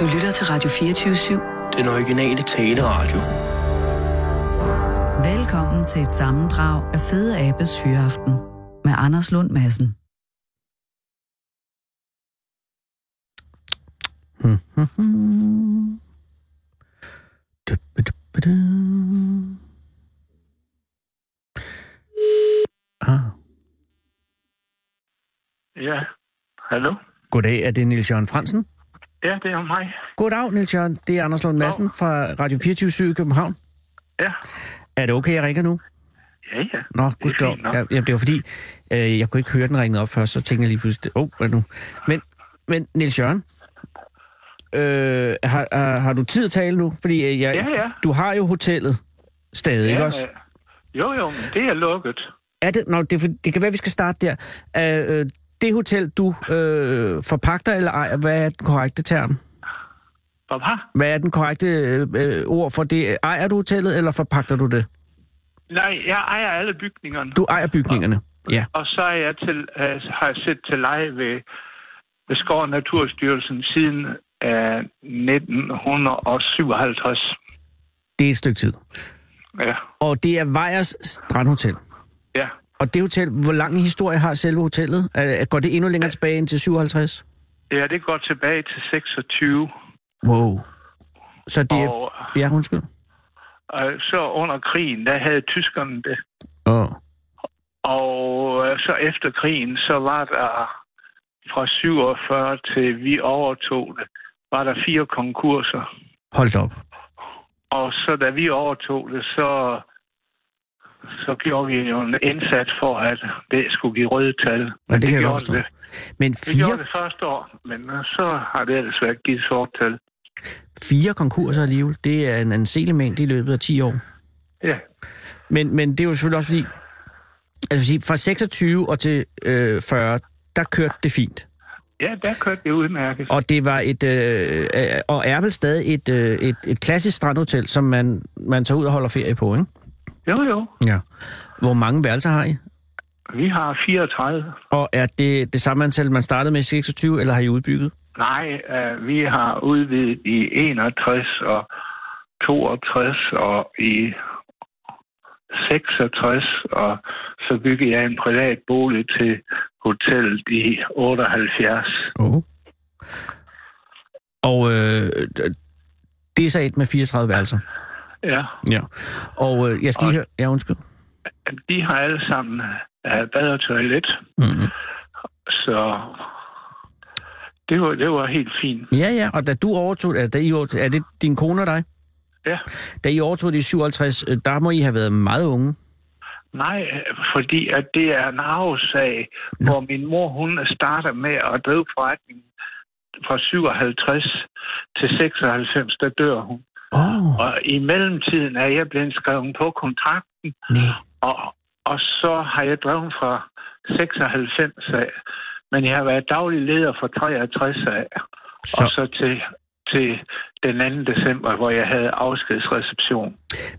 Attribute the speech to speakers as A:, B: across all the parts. A: Du lytter til Radio 24-7.
B: Den originale taleradio.
A: Velkommen til et sammendrag af Fede Abes Hyreaften med Anders Lund Madsen.
C: Ah.
D: Ja, hallo?
C: Goddag, er det Nils Jørgen Fransen?
D: Ja, det er mig.
C: Goddag, Nils Jørgen. Det er Anders Lund Madsen fra Radio 24 i København.
D: Ja,
C: Er det okay, jeg ringer nu?
D: ja, ja.
C: Nå, gudskelov.
D: fint nok.
C: Ja, jamen, det var fordi, øh, jeg kunne ikke høre, den ringede op først, så tænkte jeg lige pludselig, åh, oh, hvad nu? Men, men Nils Jørgen, øh, har, har, har du tid at tale nu? Fordi øh, jeg,
D: Ja, ja.
C: du har jo hotellet stadig, ikke
D: ja,
C: også?
D: men- Jo, jo, men det er lukket.
C: Er det, nå, det, er for- det kan være, vi skal starte der. Øh, øh, det hotel, du øh, forpagter eller ejer, hvad er den korrekte term?
D: Papa?
C: Hvad er den korrekte øh, øh, ord for det? Ejer du hotellet, eller forpagter du det?
D: Nej, jeg ejer alle bygningerne.
C: Du ejer bygningerne. Ja.
D: Og så er jeg til, øh, har jeg set til leje ved, ved Skov og Naturstyrelsen siden øh, 1957.
C: Det er et stykke tid.
D: Ja,
C: Og det er Vejers Strandhotel.
D: ja.
C: Og det hotel, hvor lang en historie har selve hotellet? Er- Går det endnu længere tilbage end til 57?
D: Ja, det går tilbage til 26.
C: Wow. Så det er...
D: Og,
C: Ja, undskyld.
D: og så under krigen, der havde tyskerne det.
C: Åh.
D: Og øh, så efter krigen, så var der fra 47 til vi overtog det, var der fire konkurser.
C: Hold da op.
D: Og så da vi overtog det, så, så gjorde vi jo en indsats for, at det skulle give røde tal. Men
C: det kan jeg godt
D: gjorde
C: forstå.
D: det.
C: Men
D: Vi gjorde
C: fire,
D: det første år, men øh, så har det altså ikke givet sort tal.
C: fire konkurser alligevel, det er en anselig mængde i løbet af 10 år.
D: Ja,
C: Men, men det er jo selvfølgelig også fordi... Altså, fordi fra 26 og til øh, 40, der kørte det fint.
D: ja der kørte det udmærket.
C: Og det var et, øh, øh, og er vel stadig et, øh, et, et klassisk strandhotel, som man, man tager ud og holder ferie på, ikke?
D: Jo, jo.
C: Ja. Hvor mange værelser har I?
D: Vi har 34.
C: Og er det det samme antal, man startede med i 26, eller har I udbygget?
D: Nej, øh, vi har udvidet i 61 og 62 og i 66, og så byggede jeg en privat bolig til hotellet i 78.
C: Oh. Og øh, det er så et med 34 værelser.
D: Ja,
C: Ja. Og øh, jeg skal lige høre... Ja, undskyld.
D: de har alle sammen øh, bad og toilet,
C: Mm.
D: så det var, det var helt fint.
C: Ja, ja, og da du overtog... Er, da I overtog, er det din kone og dig?
D: Ja.
C: Da I overtog det i 57, øh, der må I have været meget unge.
D: Nej, fordi at det er en arvesag,
C: Nå.
D: hvor min mor hun starter med at drive forretningen fra 57 til 96, der dør hun.
C: Åh, oh,
D: Og i mellemtiden er jeg blevet skrevet på kontrakten,
C: nej.
D: og, og så har jeg drevet fra 96 af. Men jeg har været daglig leder fra 63 af, så. og
C: Så,
D: så til, til den 2. december, hvor jeg havde afskedsreception.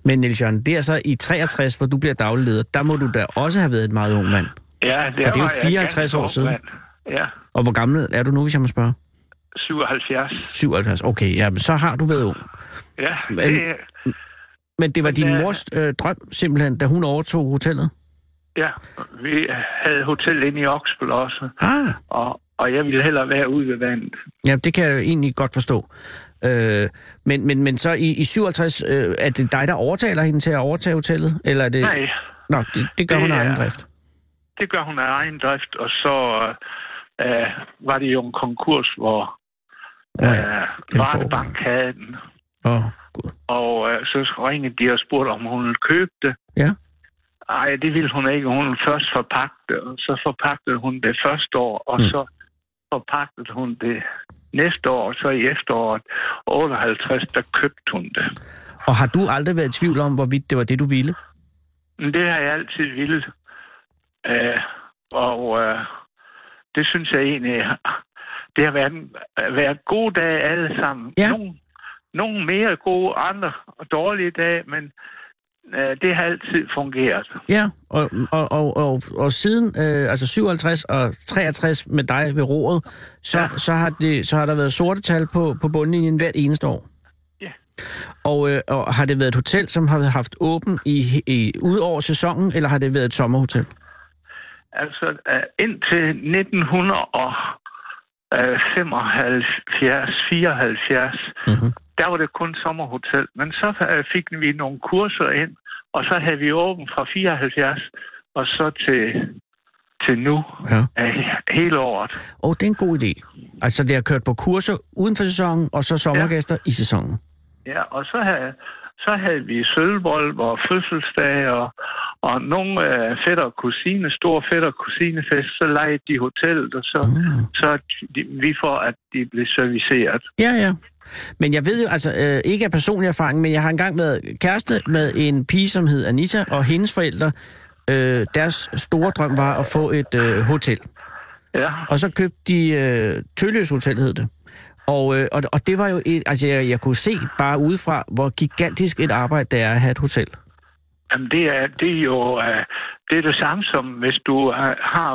C: men Niels Jørgen, det er så i 63, hvor du bliver dagleder, der må du da også have været et meget ung mand.
D: Ja,
C: det er jo
D: var jeg
C: 54 år
D: ganske ung
C: siden.
D: mand. Ja,
C: Og hvor gammel er du nu, hvis jeg må spørge?
D: 77.
C: 77. Okay, ja, men så har du været ung.
D: Ja,
C: Men-
D: men, det,
C: Men det var
D: Men,
C: din
D: øh,
C: mors øh, drøm, simpelthen, da hun overtog hotellet?
D: ja, vi havde hotel inde i Oksbøl også,
C: Ah.
D: og, og jeg ville hellere være ude ved vandet.
C: Ja, det kan jeg jo egentlig godt forstå. Øh, men, men, men så i, i 57, øh, er det dig, der overtaler hende til at overtage hotellet? Eller er det...
D: Nej,
C: Nå, det, det gør
D: det
C: hun af egen
D: er-
C: drift.
D: det gør hun af egen drift, og så øh, var det jo en konkurs, hvor
C: Nå
D: øh,
C: ja, den får hun.
D: Vardebank havde den,
C: Åh, oh, gud.
D: og øh, så ringede de og spurgte, om hun ville købe det.
C: Ja.
D: Nej, det ville hun ikke. Hun ville først forpagte, og så forpagtede hun det første år, og
C: Mm.
D: mm. så forpagtede hun det næste år, og så i efteråret 58, der købte hun det.
C: Og har du aldrig været i tvivl om, hvorvidt det var det, du ville?
D: Men Det har jeg altid ville. Øh, og øh, det synes jeg egentlig, det har været, været gode dage alle sammen.
C: Ja.
D: Nogle, nogle mere gode, andre dårlige dage, men øh, det har altid fungeret.
C: Ja, og, og, og, og, og siden øh, altså 57 og 63 med dig ved roret, så, ja.
D: Ja.
C: så, har, det, så har der været sorte tal på, på bundlinjen hvert eneste år.
D: Ja.
C: Og, øh, og har det været et hotel, som har haft åben i, i, ud over sæsonen, eller har det været et sommerhotel?
D: Altså øh, indtil 1975, 74,
C: Mhm.
D: mm-hmm. der var det kun sommerhotel. Men så øh, fik vi nogle kurser ind, og så havde vi åben fra 74 og så til, til nu
C: Ja.
D: øh, hele året.
C: Åh, oh, det er en god idé. Altså, det har kørt på kurser uden for sæsonen, og så sommergæster ja. i sæsonen.
D: Ja, og så havde, så havde vi sølvbold og fødselsdag og, og nogle øh, fætter og kusine, store fætter og kusinefest, så legede de hotellet, og så, mm. så de, vi får, at de blev serviceret.
C: Ja, ja. Men jeg ved jo, altså øh, ikke af personlig erfaring, men jeg har engang været kæreste med en pige, som hed Anita, og hendes forældre, øh, deres store drøm var at få et øh, hotel.
D: Ja,
C: Og så købte de øh, Tølløs Hotel, hed det. Og, øh, og, og det var jo et, altså jeg, jeg kunne se bare udefra, hvor gigantisk et arbejde det er at have et hotel.
D: jamen det er, det er jo øh, det, er det samme som, hvis du øh, har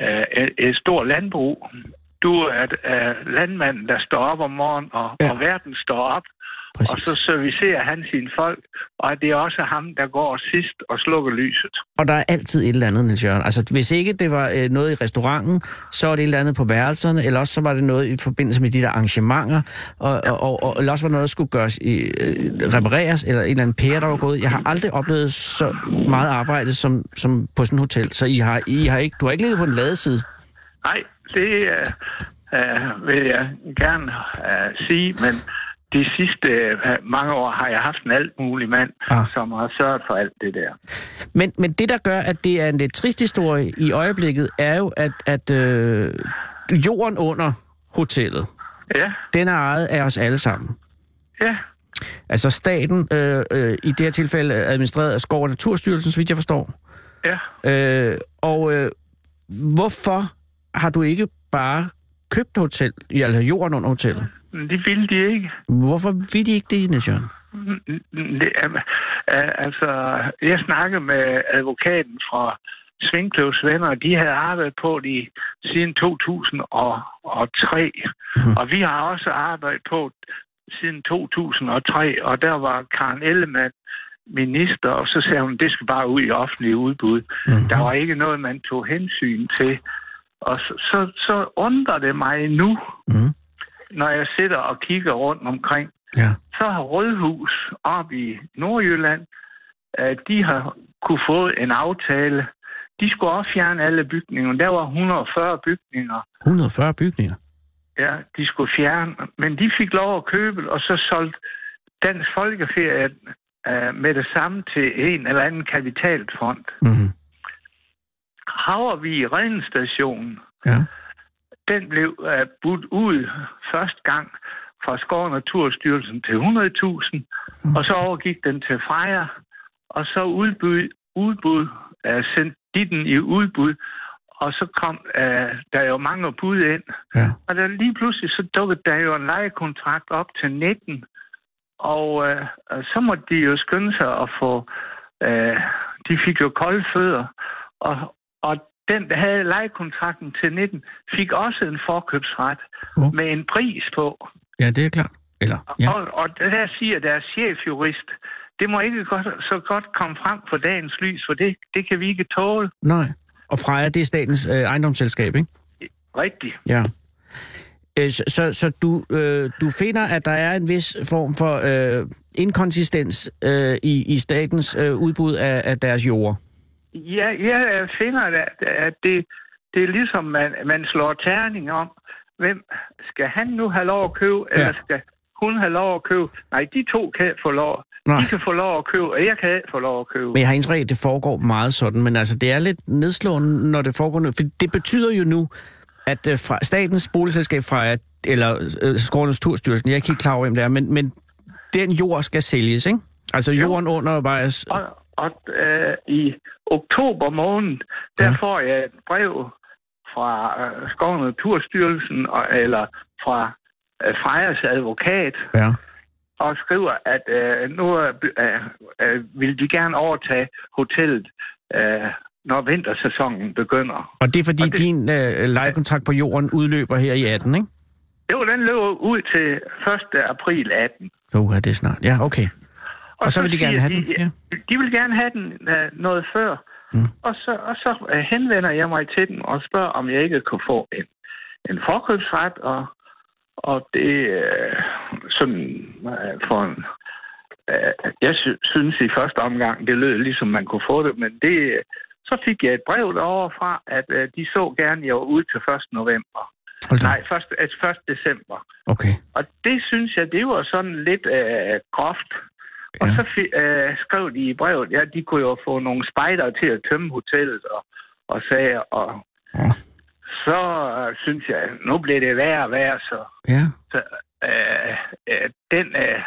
D: øh, et, et stort landbrug. Du er et, øh, landmanden, der står op om morgenen, og,
C: Ja.
D: ja. og verden står op, og
C: Præcis.
D: så servicerer han sine folk, og det er også ham, der går sidst og slukker lyset.
C: Og der er altid et eller andet, Niels Jørgen. Altså, hvis ikke det var øh, noget i restauranten, så var det et eller andet på værelserne, eller også så var det noget i forbindelse med de der arrangementer, og, og, og, og eller også var det noget, der skulle gøres i, øh, repareres, eller en eller anden pære, der var gået. Jeg har aldrig oplevet så meget arbejde som, som på sådan et hotel, så I har, I har ikke, du har ikke ligget på en ladeside.
D: Nej, det øh, øh, vil jeg gerne øh, sige, men de sidste øh, mange år har jeg haft en alt mulig mand,
C: Ah.
D: ah. som har sørget for alt det der.
C: Men, men det, der gør, at det er en lidt trist historie i øjeblikket, er jo, at, at øh, jorden under hotellet,
D: Ja,
C: den er ejet af os alle sammen.
D: ja,
C: Altså staten, øh, øh, i det her tilfælde er administreret af Skov- og Naturstyrelsen, så vidt jeg forstår.
D: ja.
C: Øh, og øh, hvorfor har du ikke bare købt hotel, i- altså jorden under hotellet?
D: Men Det ville de ikke.
C: Hvorfor vil de ikke det, Niels Jørgen?
D: Mm, Det, er, øh, altså, jeg snakkede med advokaten fra Svinkløvs venner, og de havde arbejdet på det siden 2003. Mm. Og vi har også arbejdet på det siden 2003, og der var Karen Ellemann minister, og så sagde hun, det skal bare ud i offentlige udbud. Mm. Der var ikke noget, man tog hensyn til. Og så, så, så undrer det mig nu,
C: Mhm.
D: når jeg sidder og kigger rundt omkring,
C: Ja.
D: så har Rødhus op i Nordjylland, øh, de har kunne få en aftale. De skulle også fjerne alle bygningerne. Der var 140 bygninger,
C: 140 bygninger.
D: ja, de skulle fjerne. Men de fik lov at købe, og så solgte Dansk Folkeferie øh, med det samme til en eller anden kapitalfond.
C: Mm-hmm.
D: Havervig Redningsstationen,
C: Ja.
D: den blev øh, budt ud første gang fra Skov og Naturstyrelsen til 100.000, og så overgik den til Freja, og så udbud, udbud øh, sendte de den i udbud, og så kom øh, der jo mange bud ind.
C: Ja.
D: Og der lige pludselig så dukkede der jo en lejekontrakt op til 19, og øh, og så måtte de jo skynde sig at få... Øh, de fik jo kolde fødder, og, og den, der havde lejekontrakten til 19, fik også en forkøbsret
C: Uh.
D: med en pris på.
C: ja, det er klart. Eller, ja.
D: Og, og der siger deres chefjurist, det må ikke godt, så godt komme frem for dagens lys, for det, det kan vi ikke tåle
C: Nej. Og Freja, det er statens øh, ejendomsselskab, ikke?
D: rigtigt.
C: Ja. Øh, Så, så, så du, øh, du finder, at der er en vis form for øh, inkonsistens øh, i, i statens øh, udbud af, af deres jorder?
D: Ja, jeg finder, at, at det, det er ligesom, man, man slår terning om, hvem skal han nu have lov at købe, ja. eller skal hun have lov at købe? Nej, de to kan få lov.
C: Nej.
D: De kan få lov at købe, og jeg kan ikke få lov at købe.
C: Men jeg har indtryk af, at det foregår meget sådan, men altså, det er lidt nedslående, når det foregår nu. For det betyder jo nu, at øh, fra statens boligselskab fra, at, eller øh, Skårenes Turstyrelsen, jeg er ikke helt klar over, hvem det er, men, men den jord skal sælges, ikke? Altså jorden under vejs...
D: Og, og øh, i oktober måned, der
C: Ja.
D: ja. får jeg et brev fra øh, Skov- og Naturstyrelsen, og, eller fra øh, Frejas advokat,
C: Ja.
D: og skriver, at øh, nu øh, øh, øh, vil de gerne overtage hotellet, øh, når vintersæsonen begynder.
C: Og det er fordi
D: Og
C: det...
D: det-
C: din øh, lejekontrakt på jorden udløber her i 18, ikke?
D: Jo, den løber ud til 1. april 18.
C: Jo, det er snart. Ja, okay. Og så vil de
D: siger
C: gerne have den, ja.
D: De vil gerne have den øh, noget før. Mm. Og så, og så øh, henvender jeg mig til dem og spørger, om jeg ikke kunne få en, en forkøbsret. Og, og det øh, sådan øh, for en... Øh, jeg sy- synes i første omgang, det lød ligesom man kunne få det, men det, øh, så fik jeg et brev derovre fra, at øh, de så gerne, jeg var ude til 1. november.
C: Hold da.
D: Nej, 1. altså 1. december.
C: Okay.
D: Og det synes jeg, det var sådan lidt øh, groft. Og
C: Ja.
D: så fi- øh, skrev de i brevet, ja, de kunne jo få nogle spejdere til at tømme hotellet og, og sager. Og
C: Ja.
D: så øh, synes jeg, nu blev det værre og værre, så
C: Ja.
D: øh, øh, den øh,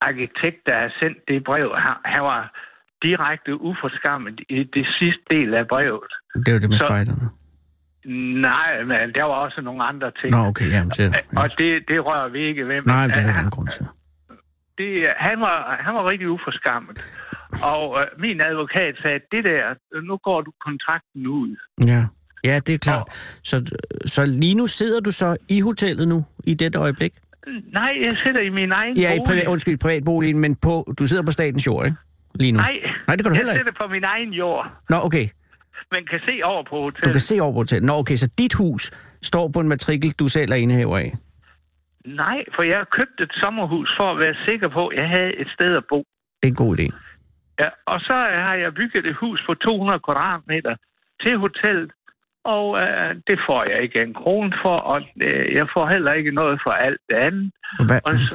D: arkitekt, der har sendt det brev, han, han var direkte uforskammet i det sidste del af brevet.
C: Det er jo det med
D: Så-
C: spejderne.
D: Nej, men der var også nogle andre ting.
C: Nå, okay. Jamen, det er, ja.
D: Og det, det rører vi ikke ved. men,
C: Nej, det er der
D: øh,
C: ingen grund til.
D: det, han, var, han var rigtig uforskammet. Og øh, min advokat sagde, det der, nu går du kontrakten ud.
C: Ja. Ja, det er klart. Så, så lige nu sidder du så i hotellet nu, i dette øjeblik?
D: Nej, jeg sidder i min egen
C: Ja, i
D: bolig.
C: privat, undskyld, privatboligen, men på, du sidder på statens jord, ikke? Lige nu?
D: Nej,
C: Nej, det kan du heller
D: jeg
C: ikke.
D: sidder på min egen jord.
C: Nå, okay.
D: Man kan se over på
C: Du kan
D: hotellet.
C: se over på hotellet. Nå, okay, så dit hus står på en matrikel, du selv er indehaver af.
D: Nej, for jeg har købt et sommerhus for at være sikker på, at jeg havde et sted at bo.
C: Det er en god idé.
D: Ja, og så øh, har jeg bygget et hus på 200 kvadratmeter til hotellet. Og øh, det får jeg ikke en krone for, og øh, jeg får heller ikke noget for alt det andet.
C: Og Hvad?
D: Og så,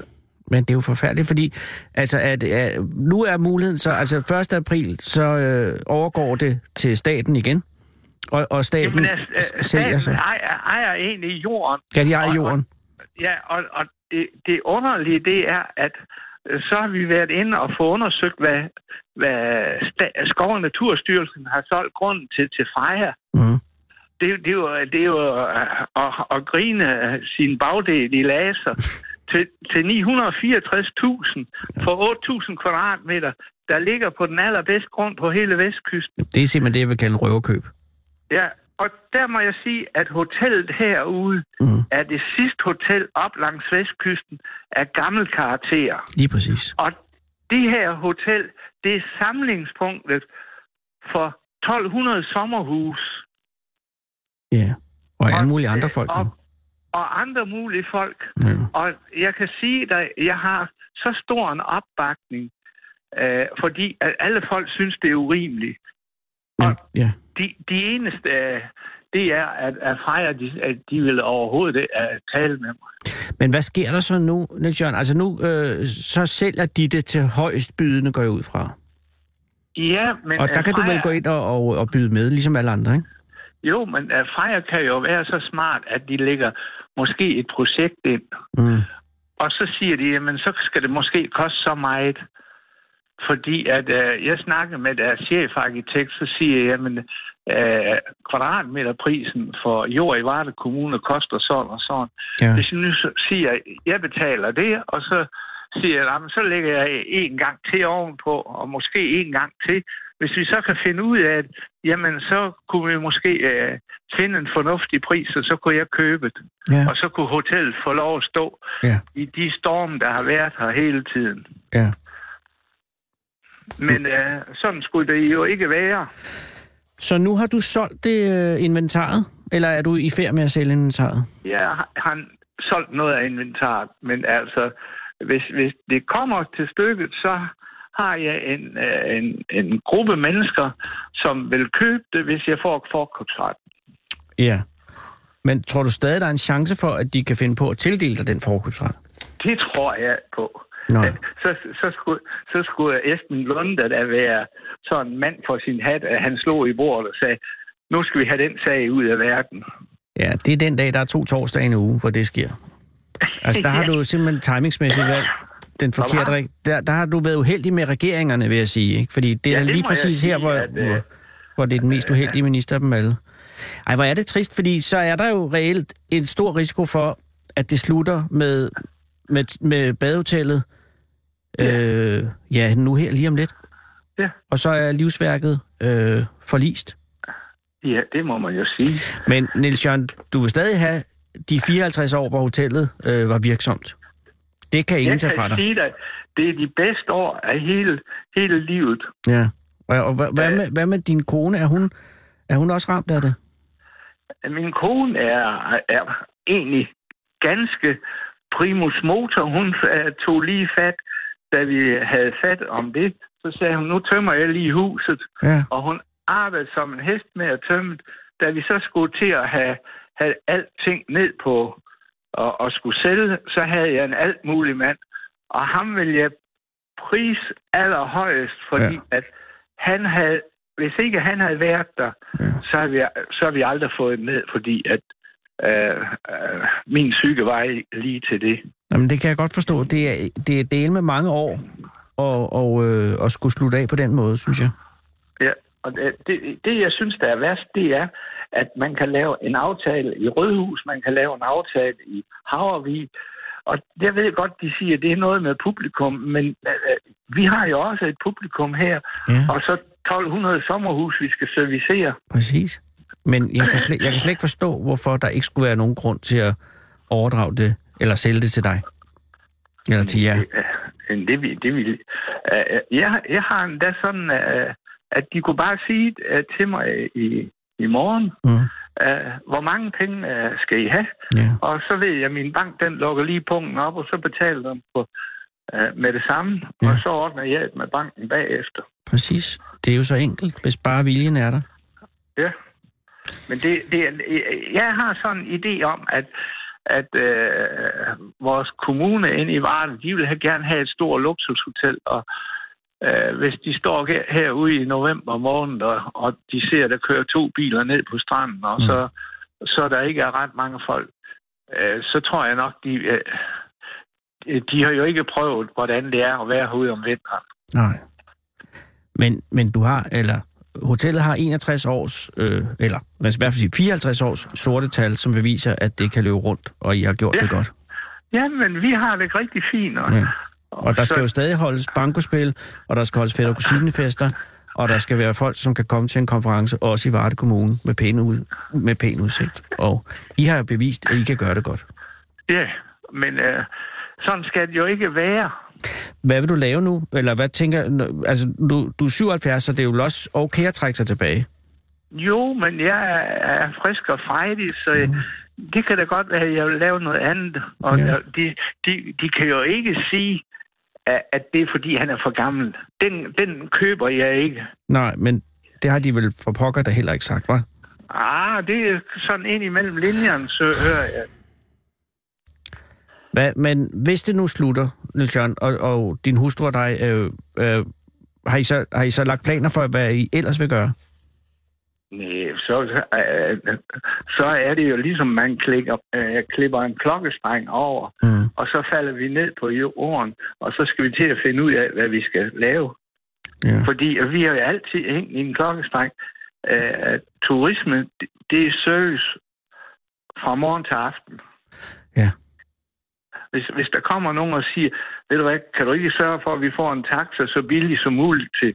C: Men det er jo forfærdeligt, fordi altså, at, at nu er muligheden så... Altså 1. april, så øh, overgår det til staten igen. Og, og staten
D: Jamen,
C: Jamen,
D: altså, øh,
C: sælger
D: staten
C: sig.
D: ejer, ejer egentlig jorden.
C: Ja, de ejer
D: og-
C: jorden.
D: Ja, og, og det, det underlige, det er, at øh, så har vi været inde og få undersøgt, hvad, hvad sta- Skov- og Naturstyrelsen har solgt grunden til, til Freja.
C: Mhm.
D: Det, det, er jo, det er jo øh, at, at grine øh, sin bagdel i laser til, til 964.000 for 8.000 kvadratmeter, der ligger på den allerbedste grund på hele Vestkysten.
C: Det er simpelthen det, jeg vil kalde røverkøb.
D: Ja, og der må jeg sige, at hotellet herude
C: Mhm.
D: mm. er det sidste hotel op langs vestkysten af gammel karakter.
C: Lige præcis.
D: Og det her hotel, det er samlingspunktet for 1200 sommerhus.
C: Ja. Og alle
D: Og- øh,
C: mulige andre folk.
D: Og,
C: nu.
D: og andre mulige folk.
C: Ja.
D: Og jeg kan sige dig, at jeg har så stor en opbakning, øh, fordi at alle folk synes, det er urimeligt.
C: Ja. ja.
D: De, de eneste, øh, det er, at, at Freja, de, at de vil overhovedet øh, tale med mig.
C: Men hvad sker der så nu, Niels Jørgen? Altså nu, øh, så sælger de det til højst bydende, går jeg ud fra.
D: Ja, men...
C: Og
D: øh,
C: der kan du vel
D: Freja-
C: gå ind og, og, og byde med, ligesom alle andre, ikke?
D: Jo, men øh, Freja kan jo være så smart, at de lægger måske et projekt ind.
C: Mm.
D: Og så siger de, jamen så skal det måske koste så meget. Fordi at øh, jeg snakkede med deres chefarkitekt, så siger jeg, jamen øh, kvadratmeterprisen for jord i Varde Kommune koster sådan og sådan.
C: Ja.
D: Hvis jeg nu så- siger, at jeg betaler det, og så siger jeg, "Jamen, så lægger jeg en gang til ovenpå, og måske en gang til. Hvis vi så kan finde ud af, at jamen, så kunne vi måske øh, finde en fornuftig pris, og så kunne jeg købe det.
C: Ja.
D: Og så kunne hotellet få lov at stå
C: Ja.
D: i de storme, der har været her hele tiden.
C: ja. Mm.
D: Men øh, sådan skulle det jo ikke være.
C: Så nu har du solgt det øh, inventaret? Eller er du i færd med at sælge inventaret?
D: Jeg har- har solgt noget af inventaret, men altså, hvis, hvis det kommer til stykket, så har jeg en, øh, en, en gruppe mennesker, som vil købe det, hvis jeg får forkøbsret.
C: Ja. Men tror du stadig, der er en chance for, at de kan finde på at tildele dig den forkøbsret?
D: Det tror jeg på.
C: Nå.
D: Så, så, skulle, så skulle Esben Lunde da være sådan en mand for sin hat, at han slog i bordet og sagde, nu skal vi have den sag ud af verden.
C: Ja, det er den dag, der er to torsdage i en uge, hvor det sker. Altså, der har du jo simpelthen timingsmæssigt valgt den forkerte...
D: Hvor
C: reg- Der, der har du været uheldig med regeringerne, vil jeg sige. Ikke? Fordi det er
D: Ja,
C: ja,
D: det
C: lige
D: må jeg
C: præcis her,
D: sige,
C: hvor,
D: at, øh,
C: hvor, hvor det er den mest uheldige minister af dem alle. Ej, hvor er det trist, fordi så er der jo reelt en stor risiko for, at det slutter med, med, med badehotellet Ja.
D: Ja.
C: Øh, ja, nu her lige om lidt.
D: Ja.
C: Og så er livsværket øh, forlist.
D: Ja, det må man jo sige.
C: Men Niels Jørgen, du vil stadig have de 54 år, hvor hotellet øh, var virksomt. Det kan ingen
D: Jeg
C: tage fra dig.
D: kan sige dig, det er de bedste år af hele, hele livet.
C: Ja. Og, og hva- hvad, med, hvad med din kone? Er hun, er hun også ramt af det?
D: Min kone er, er egentlig ganske primus motor. Hun øh, tog lige fat, da vi havde fat om det. Så sagde hun, nu tømmer jeg lige huset.
C: Ja.
D: Og hun arbejdede som en hest med at tømme, da vi så skulle til at have, have alting ned på og, og skulle sælge, så havde jeg en alt mulig mand. Og ham ville jeg pris allerhøjest, fordi ja. at han havde, hvis ikke han havde været der, ja. så, havde vi, så havde vi aldrig fået den ned, fordi at øh, øh, min psyke var ikke lige til det.
C: Jamen, det kan jeg godt forstå. Det er, det er del med mange år og, og, øh, og skulle slutte af på den måde, synes jeg.
D: Ja, og det, det, det, jeg synes, der er værst, det er, at man kan lave en aftale i Rødhus, man kan lave en aftale i Havervig, og jeg ved godt, de siger, at det er noget med publikum, men øh, vi har jo også et publikum her,
C: Ja,
D: og så 1200 sommerhus, vi skal servicere.
C: præcis. Men jeg kan, slet, jeg kan slet ikke forstå, hvorfor der ikke skulle være nogen grund til at overdrage det, eller sælge det til dig. Eller til jer.
D: Øh, Det, vi, det vi, øh, jeg, jeg har endda sådan, øh, at de kunne bare sige øh, til mig i, i morgen,
C: Mm.
D: øh, hvor mange penge øh, skal I have?
C: Ja.
D: Og så ved jeg, at min bank, den lukker lige punkten op, og så betaler den på, øh, med det samme.
C: Ja.
D: Ja. Og så ordner jeg det med banken bagefter.
C: Præcis. Det er jo så enkelt, hvis bare viljen er der.
D: Ja. Men det, det, er- jeg har sådan en idé om, at, at øh, vores kommune inde i Varden, de vil have, gerne have et stort luksushotel, og øh, hvis de står her- herude i november måned, og, og de ser, at der kører to biler ned på stranden, og
C: Mm.
D: så, så der ikke er ret mange folk, øh, så tror jeg nok, de, øh, de har jo ikke prøvet, hvordan det er at være herude om vinteren.
C: Nej. Men, men du har, eller hotellet har 61 års, øh, eller man skal i hvert fald sige 54 års sorte tal, som beviser, at det kan løbe rundt, og I har gjort ja.
D: Ja.
C: det godt.
D: Jamen, vi har det rigtig fint. Og,
C: Ja. Og der
D: så-
C: skal jo stadig holdes bankospil, og der skal holdes fætter- og kusinefester, og der skal være folk, som kan komme til en konference, også i Varde Kommune, med pæn, ud, med pæn udsigt. Og I har jo bevist, at I kan gøre det godt.
D: Ja, men øh, sådan skal det jo ikke være.
C: Hvad vil du lave nu? Eller hvad tænker... Altså, du, du er 77, så det er jo også okay at trække sig tilbage.
D: Jo, men jeg er- er frisk og frejdig, så mm. det kan da godt være, at jeg vil lave noget andet. Og
C: Ja.
D: ja. de, de, de kan jo ikke sige, at, at det er, fordi han er for gammel. Den, den køber jeg ikke.
C: Nej, men det har de vel for pokker da heller ikke sagt, var?
D: Ah, det er sådan ind imellem linjerne, så hører jeg.
C: Hvad, men hvis det nu slutter, Niels Jørgen, og, og din hustru og dig, øh, øh, har, I så, har I så lagt planer for, hvad I ellers vil gøre?
D: Nej, så, øh, så er det jo ligesom, man klikker, øh, klipper en klokkestreng over,
C: Mm.
D: og så falder vi ned på jorden, og så skal vi til at finde ud af, hvad vi skal lave.
C: Ja.
D: Fordi at vi har jo altid hængt i en klokkestreng, øh, at turisme, det- det er service fra morgen til aften.
C: Ja.
D: Hvis, hvis der kommer nogen og siger, ved du hvad, kan du ikke sørge for, at vi får en taxa så billig som muligt til,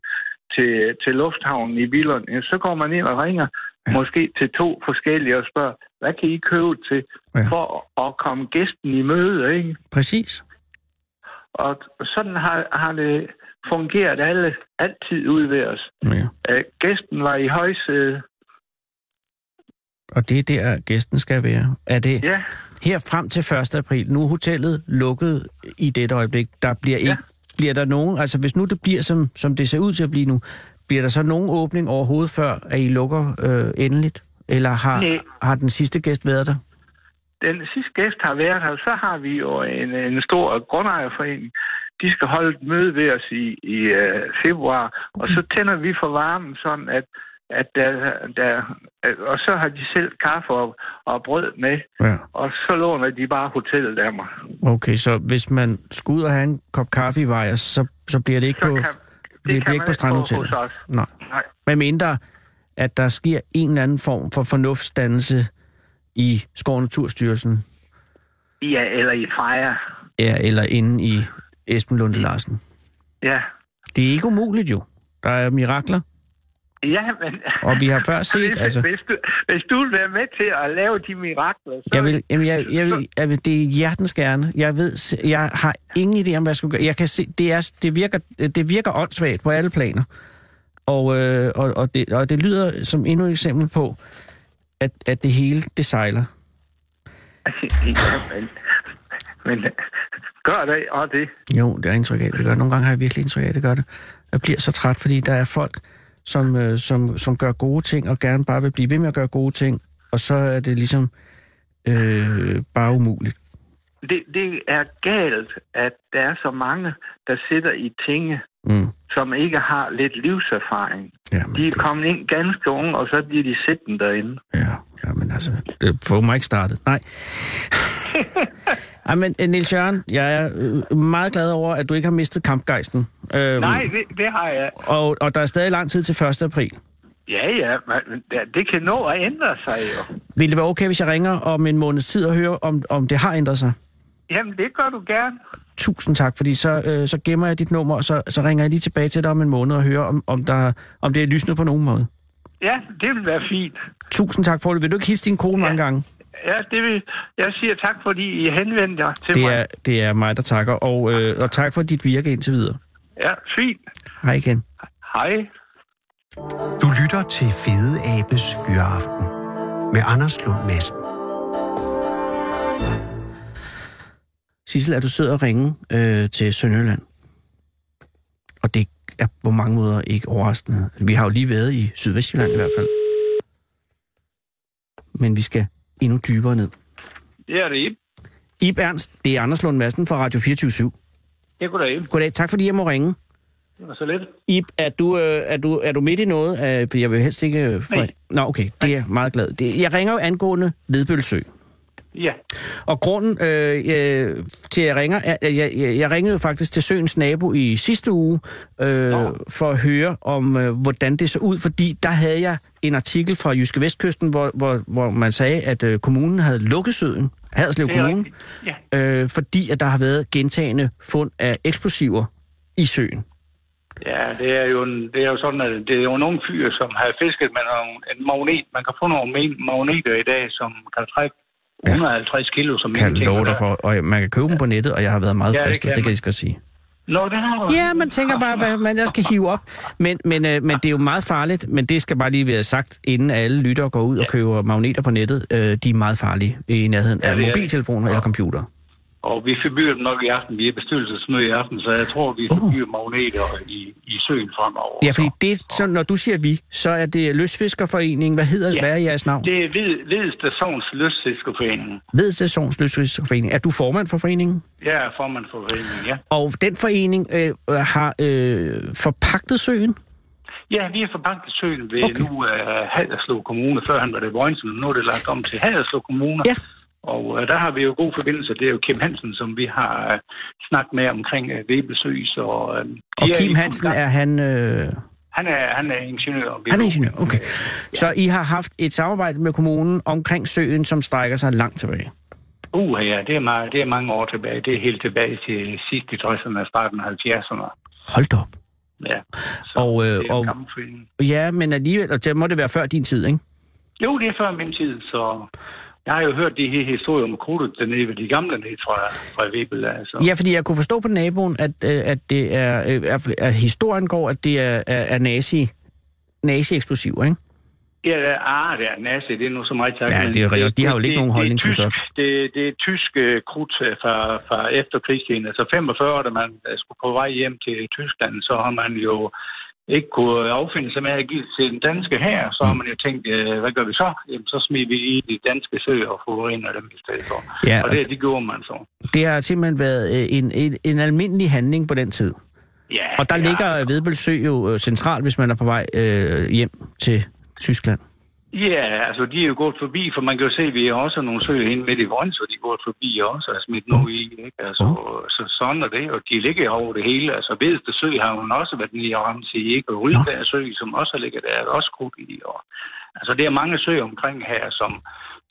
D: til, til lufthavnen i Billund, ja, så går man ind og ringer ja. måske til to forskellige og spørger, hvad kan I købe til
C: Ja.
D: ja. for at- at komme gæsten i møde, ikke?
C: Præcis.
D: Og sådan har, har det fungeret alle, altid ude ved os.
C: Ja.
D: Øh, gæsten var i højsæde.
C: Og det er der, gæsten skal være. Er det
D: Ja,
C: her frem til 1. april? Nu er hotellet lukket i dette øjeblik. Der bliver ikke...
D: Ja.
C: Bliver der nogen... Altså, hvis nu det bliver, som, som det ser ud til at blive nu, bliver der så nogen åbning overhovedet, før at I lukker øh, endeligt? Eller har,
D: Nej.
C: har den sidste gæst været der?
D: den sidste gæst har været her. Så har vi jo en, en stor grundejerforening. De skal holde et møde ved os i, i øh, februar, og så tænder vi for varmen sådan, at, at der, der, og så har de selv kaffe og, og brød med,
C: Ja.
D: og så låner de bare hotellet af mig.
C: Okay, så hvis man skulle ud og have en kop kaffe i Vejers, så, så bliver det ikke
D: Så
C: på...
D: kan,
C: bliver ikke på Strandhotellet.
D: hos os.
C: Nej.
D: Nej.
C: Med mindre, at der sker en eller anden form for fornuftsdannelse i Skov og Naturstyrelsen,
D: Ja, eller i Freja.
C: ja, eller inde i Esben Lunde Larsen.
D: Ja.
C: Det er ikke umuligt jo. Der er mirakler,
D: Ja, men...
C: og vi har før set,
D: Hvis,
C: altså...
D: hvis, du, hvis du vil være med til at lave de mirakler, så...
C: Jeg vil, jamen jeg, jeg, vil, jeg vil, det er hjertens gerne. Jeg ved, s- jeg har ingen idé om, hvad jeg skulle gøre. Jeg kan se, det, er, det, virker, det virker åndssvagt på alle planer. Og, øh, og, og, det, og det lyder som endnu et eksempel på, at, at det hele, det sejler.
D: ja, men, men gør det, og det.
C: Jo, det er indtryk af, at det gør det. Nogle gange har jeg virkelig indtryk af, at det gør det. Jeg bliver så træt, fordi der er folk, som, øh, som, som gør gode ting, og gerne bare vil blive ved med at gøre gode ting, og så er det ligesom øh, bare umuligt.
D: det. Det er galt, at der er så mange, der sidder i tinge,
C: Mm.
D: som ikke har lidt livserfaring.
C: Jamen,
D: De er
C: det-
D: kommet ind ganske unge, og så bliver de siddende derinde.
C: Ja, ja men altså, det får mig ikke startet. Nej. Ej, men Nils Jørgen, jeg er øh, meget glad over, at du ikke har mistet kampgejsten. Øhm,
D: Nej, det, det har jeg.
C: Og, og der er stadig lang tid til 1. april.
D: Ja, ja, men det- det kan nå at ændre sig jo.
C: Vil det være okay, hvis jeg ringer om en måneds tid og hører, om, om det har ændret sig?
D: Jamen, det gør du gerne.
C: Tusind tak, fordi så, øh, så gemmer jeg dit nummer, og så, så ringer jeg lige tilbage til dig om en måned og hører, om, om, der, om det er lysnet på nogen måde.
D: Ja, det vil være fint.
C: Tusind tak for det. Vil du ikke hisse din kone ja. mange gange?
D: Ja, det vil, jeg siger tak, fordi I henvendte jer til
C: Det
D: mig.
C: er, det er mig, der takker, og, øh, og tak for dit virke indtil videre.
D: Ja, fint.
C: Hej igen.
D: Hej.
E: Du lytter til Fede Abes Fyraften med Anders Lund Madsen.
C: Sissel, er du sød at ringe øh, til Sønderjylland? Og det er på mange måder ikke overraskende. Altså, Vi har jo lige været i Sydvestjylland i hvert fald. Men vi skal endnu dybere ned.
D: Det er det, Ib.
C: Ib Ernst, det er Anders Lund Madsen fra Radio 24
D: Det kunne da Ib.
C: Goddag, tak fordi jeg må ringe.
D: Så lidt.
C: Ib, er du, øh, er du, er du midt i noget? Øh, For jeg vil helst ikke... øh, For...
D: Nej.
C: Nå, okay, det er jeg meget glad. Det, jeg ringer jo angående Vedbølsø.
D: Ja.
C: Og grunden øh, øh, til, at jeg ringer, er, at jeg, jeg, jeg ringede jo faktisk til Søens nabo i sidste uge, øh, for at høre om, øh, hvordan det så ud, fordi der havde jeg en artikel fra Jyske Vestkysten, hvor, hvor, hvor man sagde, at øh, kommunen havde lukket søen, Haderslev
D: Det er
C: Kommune,
D: rigtigt. Ja.
C: øh, fordi at der har været gentagende fund af eksplosiver i søen.
D: ja, det er jo, en, det er jo sådan, at det er jo nogle fyre, som har fisket med nogle, en magnet. Man kan få nogle men- magneter i dag, som kan trække 150 kilo som
C: Kan jeg
D: ingenting.
C: love dig
D: Og
C: for, og man kan købe dem på nettet, og jeg har været meget
D: Ja, det
C: fristet,
D: kan
C: det kan
D: man.
C: jeg skal sige.
D: der- Nå, det har du. altså.
C: Ja, man tænker bare, hvad man jeg skal hive op. Men, men, øh, men det er jo meget farligt, men det skal bare lige være sagt, inden alle lytter går ud og køber magneter på nettet. Øh, de er meget farlige i nærheden
D: Ja,
C: af
D: det er de.
C: mobiltelefoner eller computer.
D: Og vi forbyder dem nok i aften. Vi er bestyrelsesmøde i aften, så jeg tror, vi forbyder magneter i, i søen fremover.
C: Uh. Ja, fordi det, så, når du siger vi, så er det Løsfiskerforeningen. Hvad hedder,
D: Ja.
C: hvad er jeres navn?
D: Det er Ved- ved Stations Lystfiskerforening.
C: Ved Stations Løsfiskerforening. Er du formand for foreningen?
D: Jeg er formand for foreningen, ja.
C: Og den forening øh, har øh, forpagtet søen?
D: Ja, vi er forbanket søen ved
C: Okay.
D: okay. nu uh, Haderslev Kommune. Før han var det Vojnsen, nu er det lagt om til Haderslev Kommune.
C: Ja.
D: Og uh, der har vi jo god forbindelse. Det er jo Kim Hansen, som vi har uh, snakket med omkring uh, Vebelsøs. Og, uh,
C: Og Kim Hansen, er han... Øh,
D: Han er, han er ingeniør. og
C: han er
D: biolog.
C: ingeniør, okay. Så I har haft et samarbejde med kommunen omkring søen, som strækker sig langt tilbage?
D: Uh, ja, det er, meget, det er mange år tilbage. Det er helt tilbage til sidst i 60'erne og starten af 70'erne.
C: Hold da op.
D: Ja. Så
C: Og, øh,
D: det er en
C: og-
D: gammel forening.
C: Ja, men alligevel, og det må det være før din tid, ikke?
D: Jo, det er før min tid, så... Jeg har jo hørt de her historier om krudtet dernede ved de gamle nede fra, fra Vebel. Altså.
C: Ja, fordi jeg kunne forstå på naboen, at, øh, at det er, øh, i hvert fald, at historien går, at det er, er, er nazi, nazi-eksplosiver, ikke?
D: Ja, det er, ah, det er nazi, det er nu så meget tak.
C: Ja,
D: men
C: det er rigtigt. De har jo
D: det-
C: ikke nogen
D: det-
C: holdning,
D: det, er
C: synes jeg.
D: tysk, det, det er tysk øh, krudt øh, fra, fra efterkrigstiden. Altså 45, da man øh, skulle på vej hjem til Tyskland, så har man jo ikke kunne affinde sig med at give til den danske her, så
C: Mm.
D: har man jo tænkt, øh, hvad gør vi så? Jamen, så smider vi i de danske søer og forurener dem i stedet for.
C: Ja,
D: og
C: og
D: det, det gjorde man så.
C: det har simpelthen været øh, en, en, en almindelig handling på den tid.
D: Ja,
C: Og der
D: ja.
C: ligger Vedbølsø jo øh, centralt, hvis man er på vej øh, hjem til Tyskland.
D: Ja, altså de er jo gået forbi, for man kan jo se, at vi har også nogle søer inde midt i Vojens, og de er gået forbi også og smidt nu i. Ikke? Altså, så sådan er det, og de ligger over det hele. Altså Vedeste Sø har jo også været nede og ramt til ikke, og Rydberg Sø, som også ligger der, er der også krudt i. Og, altså det er mange søer omkring her, som